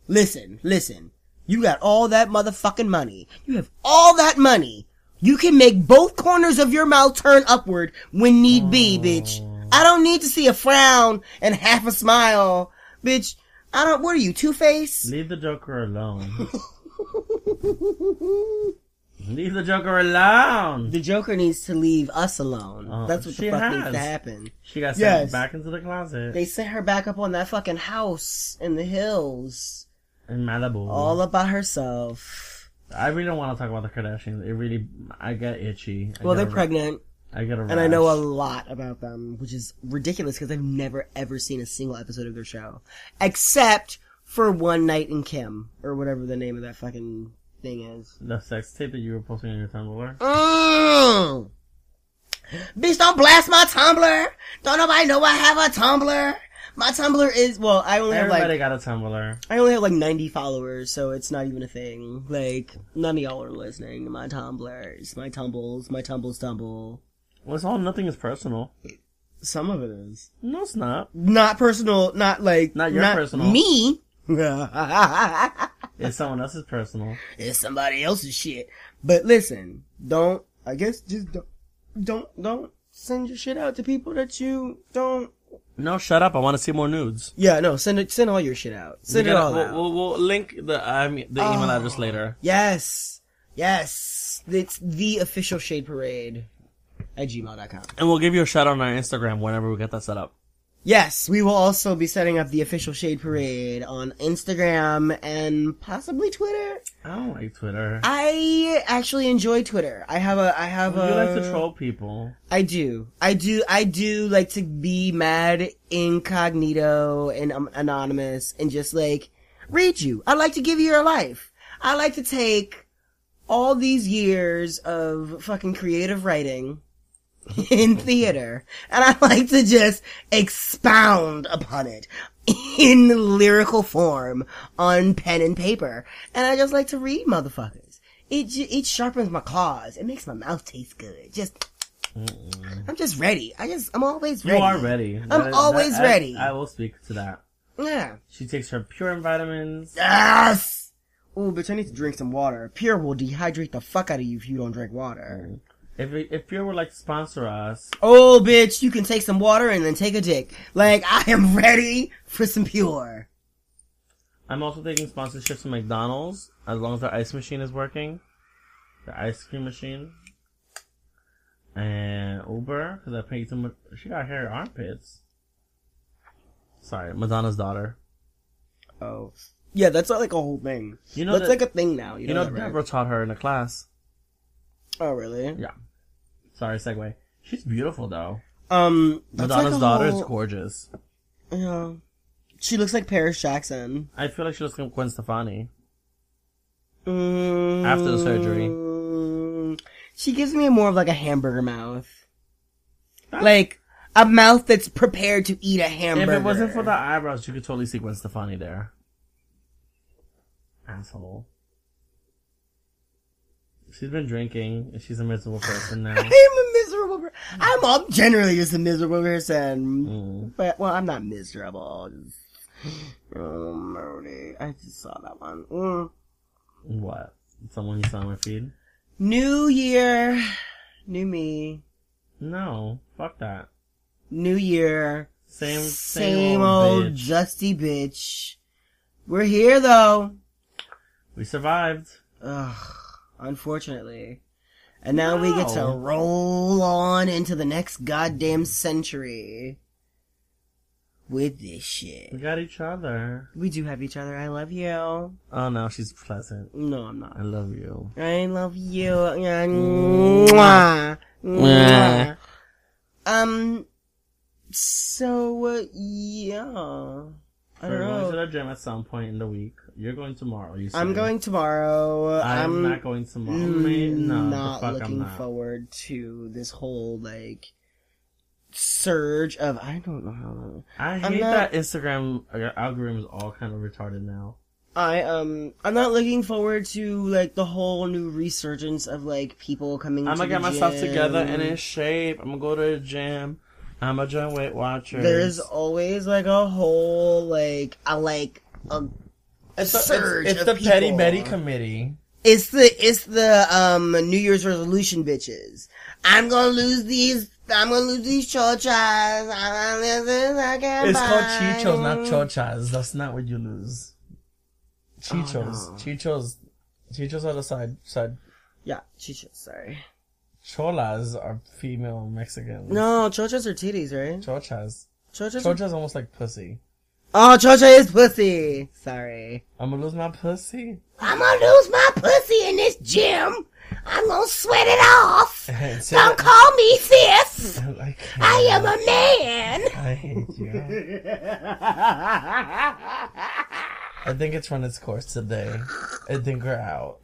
[SPEAKER 1] Listen, listen. You got all that motherfucking money. You have all that money. You can make both corners of your mouth turn upward when need be, bitch. I don't need to see a frown and half a smile, bitch. I don't. What are you, Two Face?
[SPEAKER 2] Leave the Joker alone. Leave the Joker alone.
[SPEAKER 1] The Joker needs to leave us alone.
[SPEAKER 2] Oh,
[SPEAKER 1] That's what the
[SPEAKER 2] she
[SPEAKER 1] fuck needs
[SPEAKER 2] has.
[SPEAKER 1] to happen.
[SPEAKER 2] She got sent
[SPEAKER 1] Yes.
[SPEAKER 2] back into the closet
[SPEAKER 1] They sent her back up on that fucking house in the hills,
[SPEAKER 2] in Malibu.
[SPEAKER 1] all up by herself.
[SPEAKER 2] I really don't want to talk about the Kardashians. It really, I get itchy. I
[SPEAKER 1] Well,
[SPEAKER 2] get
[SPEAKER 1] they're
[SPEAKER 2] a-
[SPEAKER 1] pregnant,
[SPEAKER 2] I get a
[SPEAKER 1] and I know a
[SPEAKER 2] rash.
[SPEAKER 1] lot about them, which is ridiculous because I've never ever seen a single episode of their show, except for one night in Kim or whatever the name of that fucking thing is.
[SPEAKER 2] The sex tape that you were posting on your Tumblr.
[SPEAKER 1] Mm. Bitch, don't blast my Tumblr. Don't nobody know I have a Tumblr. My Tumblr is well, I only
[SPEAKER 2] Everybody
[SPEAKER 1] have like
[SPEAKER 2] got a Tumblr.
[SPEAKER 1] I only have like 90 followers, so it's not even a thing. Like none of y'all are listening to my Tumblrs, my tumbles, my tumbles tumble.
[SPEAKER 2] Well, it's all nothing is personal.
[SPEAKER 1] Some of it is
[SPEAKER 2] No, it's not.
[SPEAKER 1] not personal, not like
[SPEAKER 2] Not your personal.
[SPEAKER 1] Me.
[SPEAKER 2] It's someone else's personal.
[SPEAKER 1] it's somebody else's shit. But listen, don't. I guess just don't, don't, don't send your shit out to people that you don't.
[SPEAKER 2] No, shut up. I want to see more nudes.
[SPEAKER 1] Yeah, no, send it, send all your shit out. Send
[SPEAKER 2] We
[SPEAKER 1] it
[SPEAKER 2] gotta-
[SPEAKER 1] all
[SPEAKER 2] we'll,
[SPEAKER 1] out.
[SPEAKER 2] We'll, we'll link the I mean, the email
[SPEAKER 1] Oh.
[SPEAKER 2] address later.
[SPEAKER 1] Yes, yes, it's the official Shade Parade at gmail.com.
[SPEAKER 2] And we'll give you a shout out on our Instagram whenever we get that set up.
[SPEAKER 1] Yes, we will also be setting up the official Shade Parade on Instagram and possibly Twitter.
[SPEAKER 2] I don't like Twitter.
[SPEAKER 1] I actually enjoy Twitter. I have a, I have
[SPEAKER 2] you
[SPEAKER 1] a.
[SPEAKER 2] like to troll people.
[SPEAKER 1] I do. I do. I do like to be mad, incognito, and um, anonymous, and just like read you. I like to give you your life. I like to take all these years of fucking creative writing in theater, and I like to just expound upon it in lyrical form on pen and paper. And I just like to read motherfuckers. It ju- it sharpens my claws. It makes my mouth taste good. Just I'm just ready. I just I'm always
[SPEAKER 2] You
[SPEAKER 1] ready.
[SPEAKER 2] are ready. I'm
[SPEAKER 1] always ready.
[SPEAKER 2] I, will speak to that.
[SPEAKER 1] Yeah.
[SPEAKER 2] She takes her pure vitamins.
[SPEAKER 1] Yes. Ooh, bitch, I need to drink some water. Pure will dehydrate the fuck out of you if you don't drink water.
[SPEAKER 2] If we- if Pure would like to sponsor us,
[SPEAKER 1] Oh, bitch, you can take some water and then take a dick. Like, I am ready for some pure.
[SPEAKER 2] I'm also taking sponsorships from McDonald's as long as their ice machine is working, the ice cream machine, and Uber because I paid some. She got hair armpits. Sorry, Madonna's daughter.
[SPEAKER 1] Oh. Yeah, that's not like a whole thing.
[SPEAKER 2] You know
[SPEAKER 1] that's
[SPEAKER 2] that-
[SPEAKER 1] like a thing now. You,
[SPEAKER 2] You know,
[SPEAKER 1] know, that, right?
[SPEAKER 2] Deborah taught her in a class.
[SPEAKER 1] Oh, really?
[SPEAKER 2] Yeah. Sorry, segue. She's beautiful though.
[SPEAKER 1] Um, that's
[SPEAKER 2] Madonna's
[SPEAKER 1] like a
[SPEAKER 2] daughter
[SPEAKER 1] whole-
[SPEAKER 2] is gorgeous.
[SPEAKER 1] Yeah. She looks like Paris Jackson.
[SPEAKER 2] I feel like she looks like Gwen Stefani.
[SPEAKER 1] Mm,
[SPEAKER 2] After the surgery.
[SPEAKER 1] Uh, She gives me more of like a hamburger mouth. Like, a mouth that's prepared to eat a
[SPEAKER 2] If
[SPEAKER 1] hamburger.
[SPEAKER 2] it wasn't for the eyebrows, you could totally see Gwen Stefani there. Asshole. She's been drinking, and she's a miserable person now.
[SPEAKER 1] I'm a miserable person. I'm, I'm generally just a miserable person.
[SPEAKER 2] Mm.
[SPEAKER 1] But, well, I'm not miserable. Oh, Murdy. I just saw that one. Mm.
[SPEAKER 2] What? Someone you saw on my feed?
[SPEAKER 1] New year. New me.
[SPEAKER 2] No, fuck that.
[SPEAKER 1] New year.
[SPEAKER 2] Same, same,
[SPEAKER 1] Same
[SPEAKER 2] old,
[SPEAKER 1] old
[SPEAKER 2] bitch.
[SPEAKER 1] justy bitch. We're here though.
[SPEAKER 2] We survived.
[SPEAKER 1] Ugh, unfortunately. And now we get to
[SPEAKER 2] No.
[SPEAKER 1] roll on into the next goddamn century with this
[SPEAKER 2] We
[SPEAKER 1] shit.
[SPEAKER 2] got each other.
[SPEAKER 1] We do have each other. I love you.
[SPEAKER 2] Oh no, she's pleasant.
[SPEAKER 1] No, I'm
[SPEAKER 2] I
[SPEAKER 1] not.
[SPEAKER 2] love you.
[SPEAKER 1] I love you. Yeah, mwah, Mm. mwah. Um. So uh, yeah, I
[SPEAKER 2] We're
[SPEAKER 1] don't
[SPEAKER 2] going to
[SPEAKER 1] know.
[SPEAKER 2] the gym at some point in the week. You're going tomorrow. You
[SPEAKER 1] I'm
[SPEAKER 2] said.
[SPEAKER 1] going tomorrow.
[SPEAKER 2] I'm, not going tomorrow. mate. No,
[SPEAKER 1] not
[SPEAKER 2] the fuck
[SPEAKER 1] looking
[SPEAKER 2] I'm not.
[SPEAKER 1] forward to this whole like surge of I don't know how long.
[SPEAKER 2] I
[SPEAKER 1] I'm
[SPEAKER 2] hate
[SPEAKER 1] not-
[SPEAKER 2] that Instagram uh, algorithm is all kind of retarded now.
[SPEAKER 1] I um I'm not looking forward to like the whole new resurgence of like people coming.
[SPEAKER 2] I'm
[SPEAKER 1] to
[SPEAKER 2] gonna get
[SPEAKER 1] the
[SPEAKER 2] myself
[SPEAKER 1] gym.
[SPEAKER 2] together and in shape. I'm gonna go to the gym. I'm gonna join Weight Watchers.
[SPEAKER 1] There's always like a whole like a like a
[SPEAKER 2] it's
[SPEAKER 1] surge
[SPEAKER 2] It's, it's
[SPEAKER 1] of
[SPEAKER 2] the Petty
[SPEAKER 1] people.
[SPEAKER 2] Betty Committee.
[SPEAKER 1] It's the it's the um New Year's resolution bitches. I'm gonna lose these. I'm gonna lose these chochas. I'm gonna lose this. I can't
[SPEAKER 2] It's called
[SPEAKER 1] buy
[SPEAKER 2] chichos, not
[SPEAKER 1] them.
[SPEAKER 2] chochas. That's not what you lose. Chichos,
[SPEAKER 1] Oh, no.
[SPEAKER 2] chichos, chichos are the side side.
[SPEAKER 1] Yeah, chichas. Sorry.
[SPEAKER 2] Cholas are female Mexicans.
[SPEAKER 1] No, chochas are titties, right?
[SPEAKER 2] chochas.
[SPEAKER 1] Chochas. are-
[SPEAKER 2] Chochas almost like pussy.
[SPEAKER 1] oh, chocha is pussy. Sorry.
[SPEAKER 2] I'm gonna lose my pussy.
[SPEAKER 1] I'm gonna lose my pussy in this gym. I'm gonna sweat it off.
[SPEAKER 2] And say that-
[SPEAKER 1] call me sis.
[SPEAKER 2] I, can't.
[SPEAKER 1] am a man.
[SPEAKER 2] I hate you. I I think it's run its course today. I think we're out.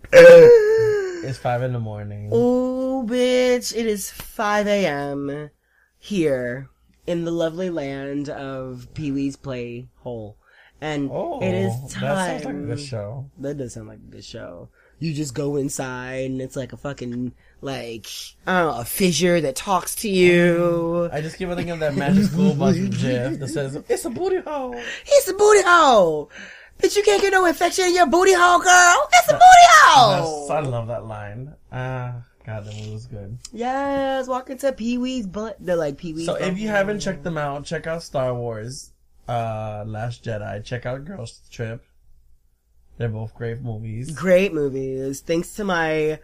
[SPEAKER 2] It's five in the morning.
[SPEAKER 1] Oh, bitch, it is 5 a.m. here in the lovely land of Pee Wee's Play Hole. And
[SPEAKER 2] Oh,
[SPEAKER 1] it is time.
[SPEAKER 2] that sounds like a good show.
[SPEAKER 1] That does sound like a good show. You just go inside and it's like a fucking, like, I don't know, a fissure that talks to you.
[SPEAKER 2] I just keep thinking of that magic school bus gif that says it's a booty hole.
[SPEAKER 1] It's a booty hole! Bitch, you can't get no infection in your booty hole, girl! It's a booty hole!
[SPEAKER 2] That's- I love that line. Ah, God, that movie was good.
[SPEAKER 1] Yes, walk into Pee Wee's butt. They're like Pee Wee's.
[SPEAKER 2] So if you
[SPEAKER 1] butt.
[SPEAKER 2] haven't checked them out, check out Star Wars, uh, Last Jedi. Check out Girls Trip. They're both great movies.
[SPEAKER 1] great movies. Thanks to my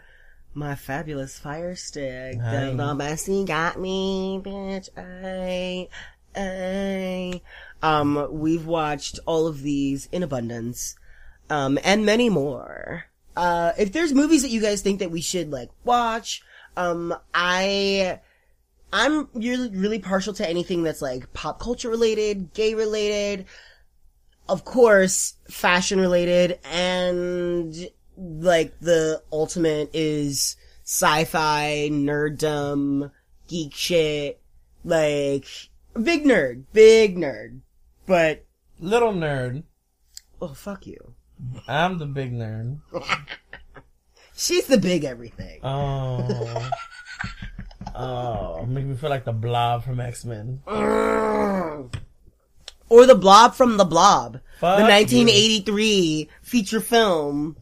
[SPEAKER 1] my fabulous fire stick that
[SPEAKER 2] Hey.
[SPEAKER 1] the bestie got me, bitch. Ay, ay. Um, we've watched all of these in abundance, um, and many more. Uh, if there's movies that you guys think that we should like watch, um, I. I'm really, really partial to anything that's like pop culture related, gay related, of course, fashion related and like the ultimate is sci-fi, nerddom, geek shit, like big nerd, big nerd. But
[SPEAKER 2] Little nerd.
[SPEAKER 1] oh fuck you.
[SPEAKER 2] I'm the big nerd.
[SPEAKER 1] She's the big everything.
[SPEAKER 2] Oh. Oh, make me feel like the blob from X Men.
[SPEAKER 1] Oh, Or the blob from the blob.
[SPEAKER 2] Fuck
[SPEAKER 1] the
[SPEAKER 2] you.
[SPEAKER 1] 1983 feature film.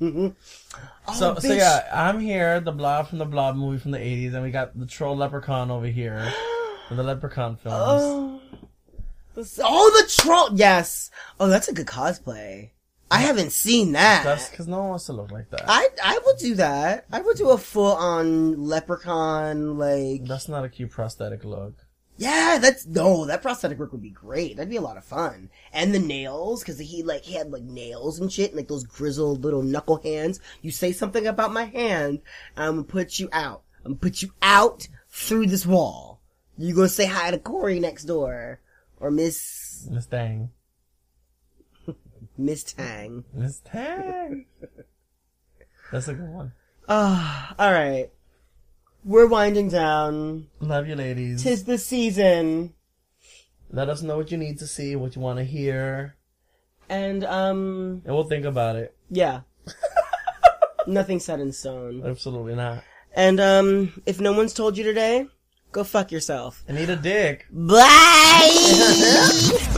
[SPEAKER 1] Oh,
[SPEAKER 2] So, so
[SPEAKER 1] bitch.
[SPEAKER 2] yeah, I'm here, the Blob from the Blob movie from the 80s, and we got the Troll Leprechaun over here, for the Leprechaun films.
[SPEAKER 1] Oh, the troll. Yes. Oh, that's a good cosplay. I haven't seen that.
[SPEAKER 2] That's because no one wants to look like that.
[SPEAKER 1] I I will do that. I will do a full on leprechaun like
[SPEAKER 2] That's not a cute prosthetic look.
[SPEAKER 1] yeah. That's no that prosthetic work would be great. That'd be a lot of fun. And the nails because he like he had like nails and shit and like those grizzled little knuckle hands. You say something about my hand, I'm gonna put you out. I'm gonna put you out through this wall. You gonna say hi to Corey next door or Miss
[SPEAKER 2] Miss Dang.
[SPEAKER 1] Miss Tang.
[SPEAKER 2] Miss Dang. That's a good one.
[SPEAKER 1] Ah, all right. We're winding down.
[SPEAKER 2] Love you, ladies.
[SPEAKER 1] Tis the season.
[SPEAKER 2] Let us know what you need to see, what you want to hear,
[SPEAKER 1] And um
[SPEAKER 2] and we'll think about it.
[SPEAKER 1] yeah. Nothing set in stone.
[SPEAKER 2] Absolutely not.
[SPEAKER 1] And um if no one's told you today, go fuck yourself.
[SPEAKER 2] I need a dick.
[SPEAKER 1] Bye.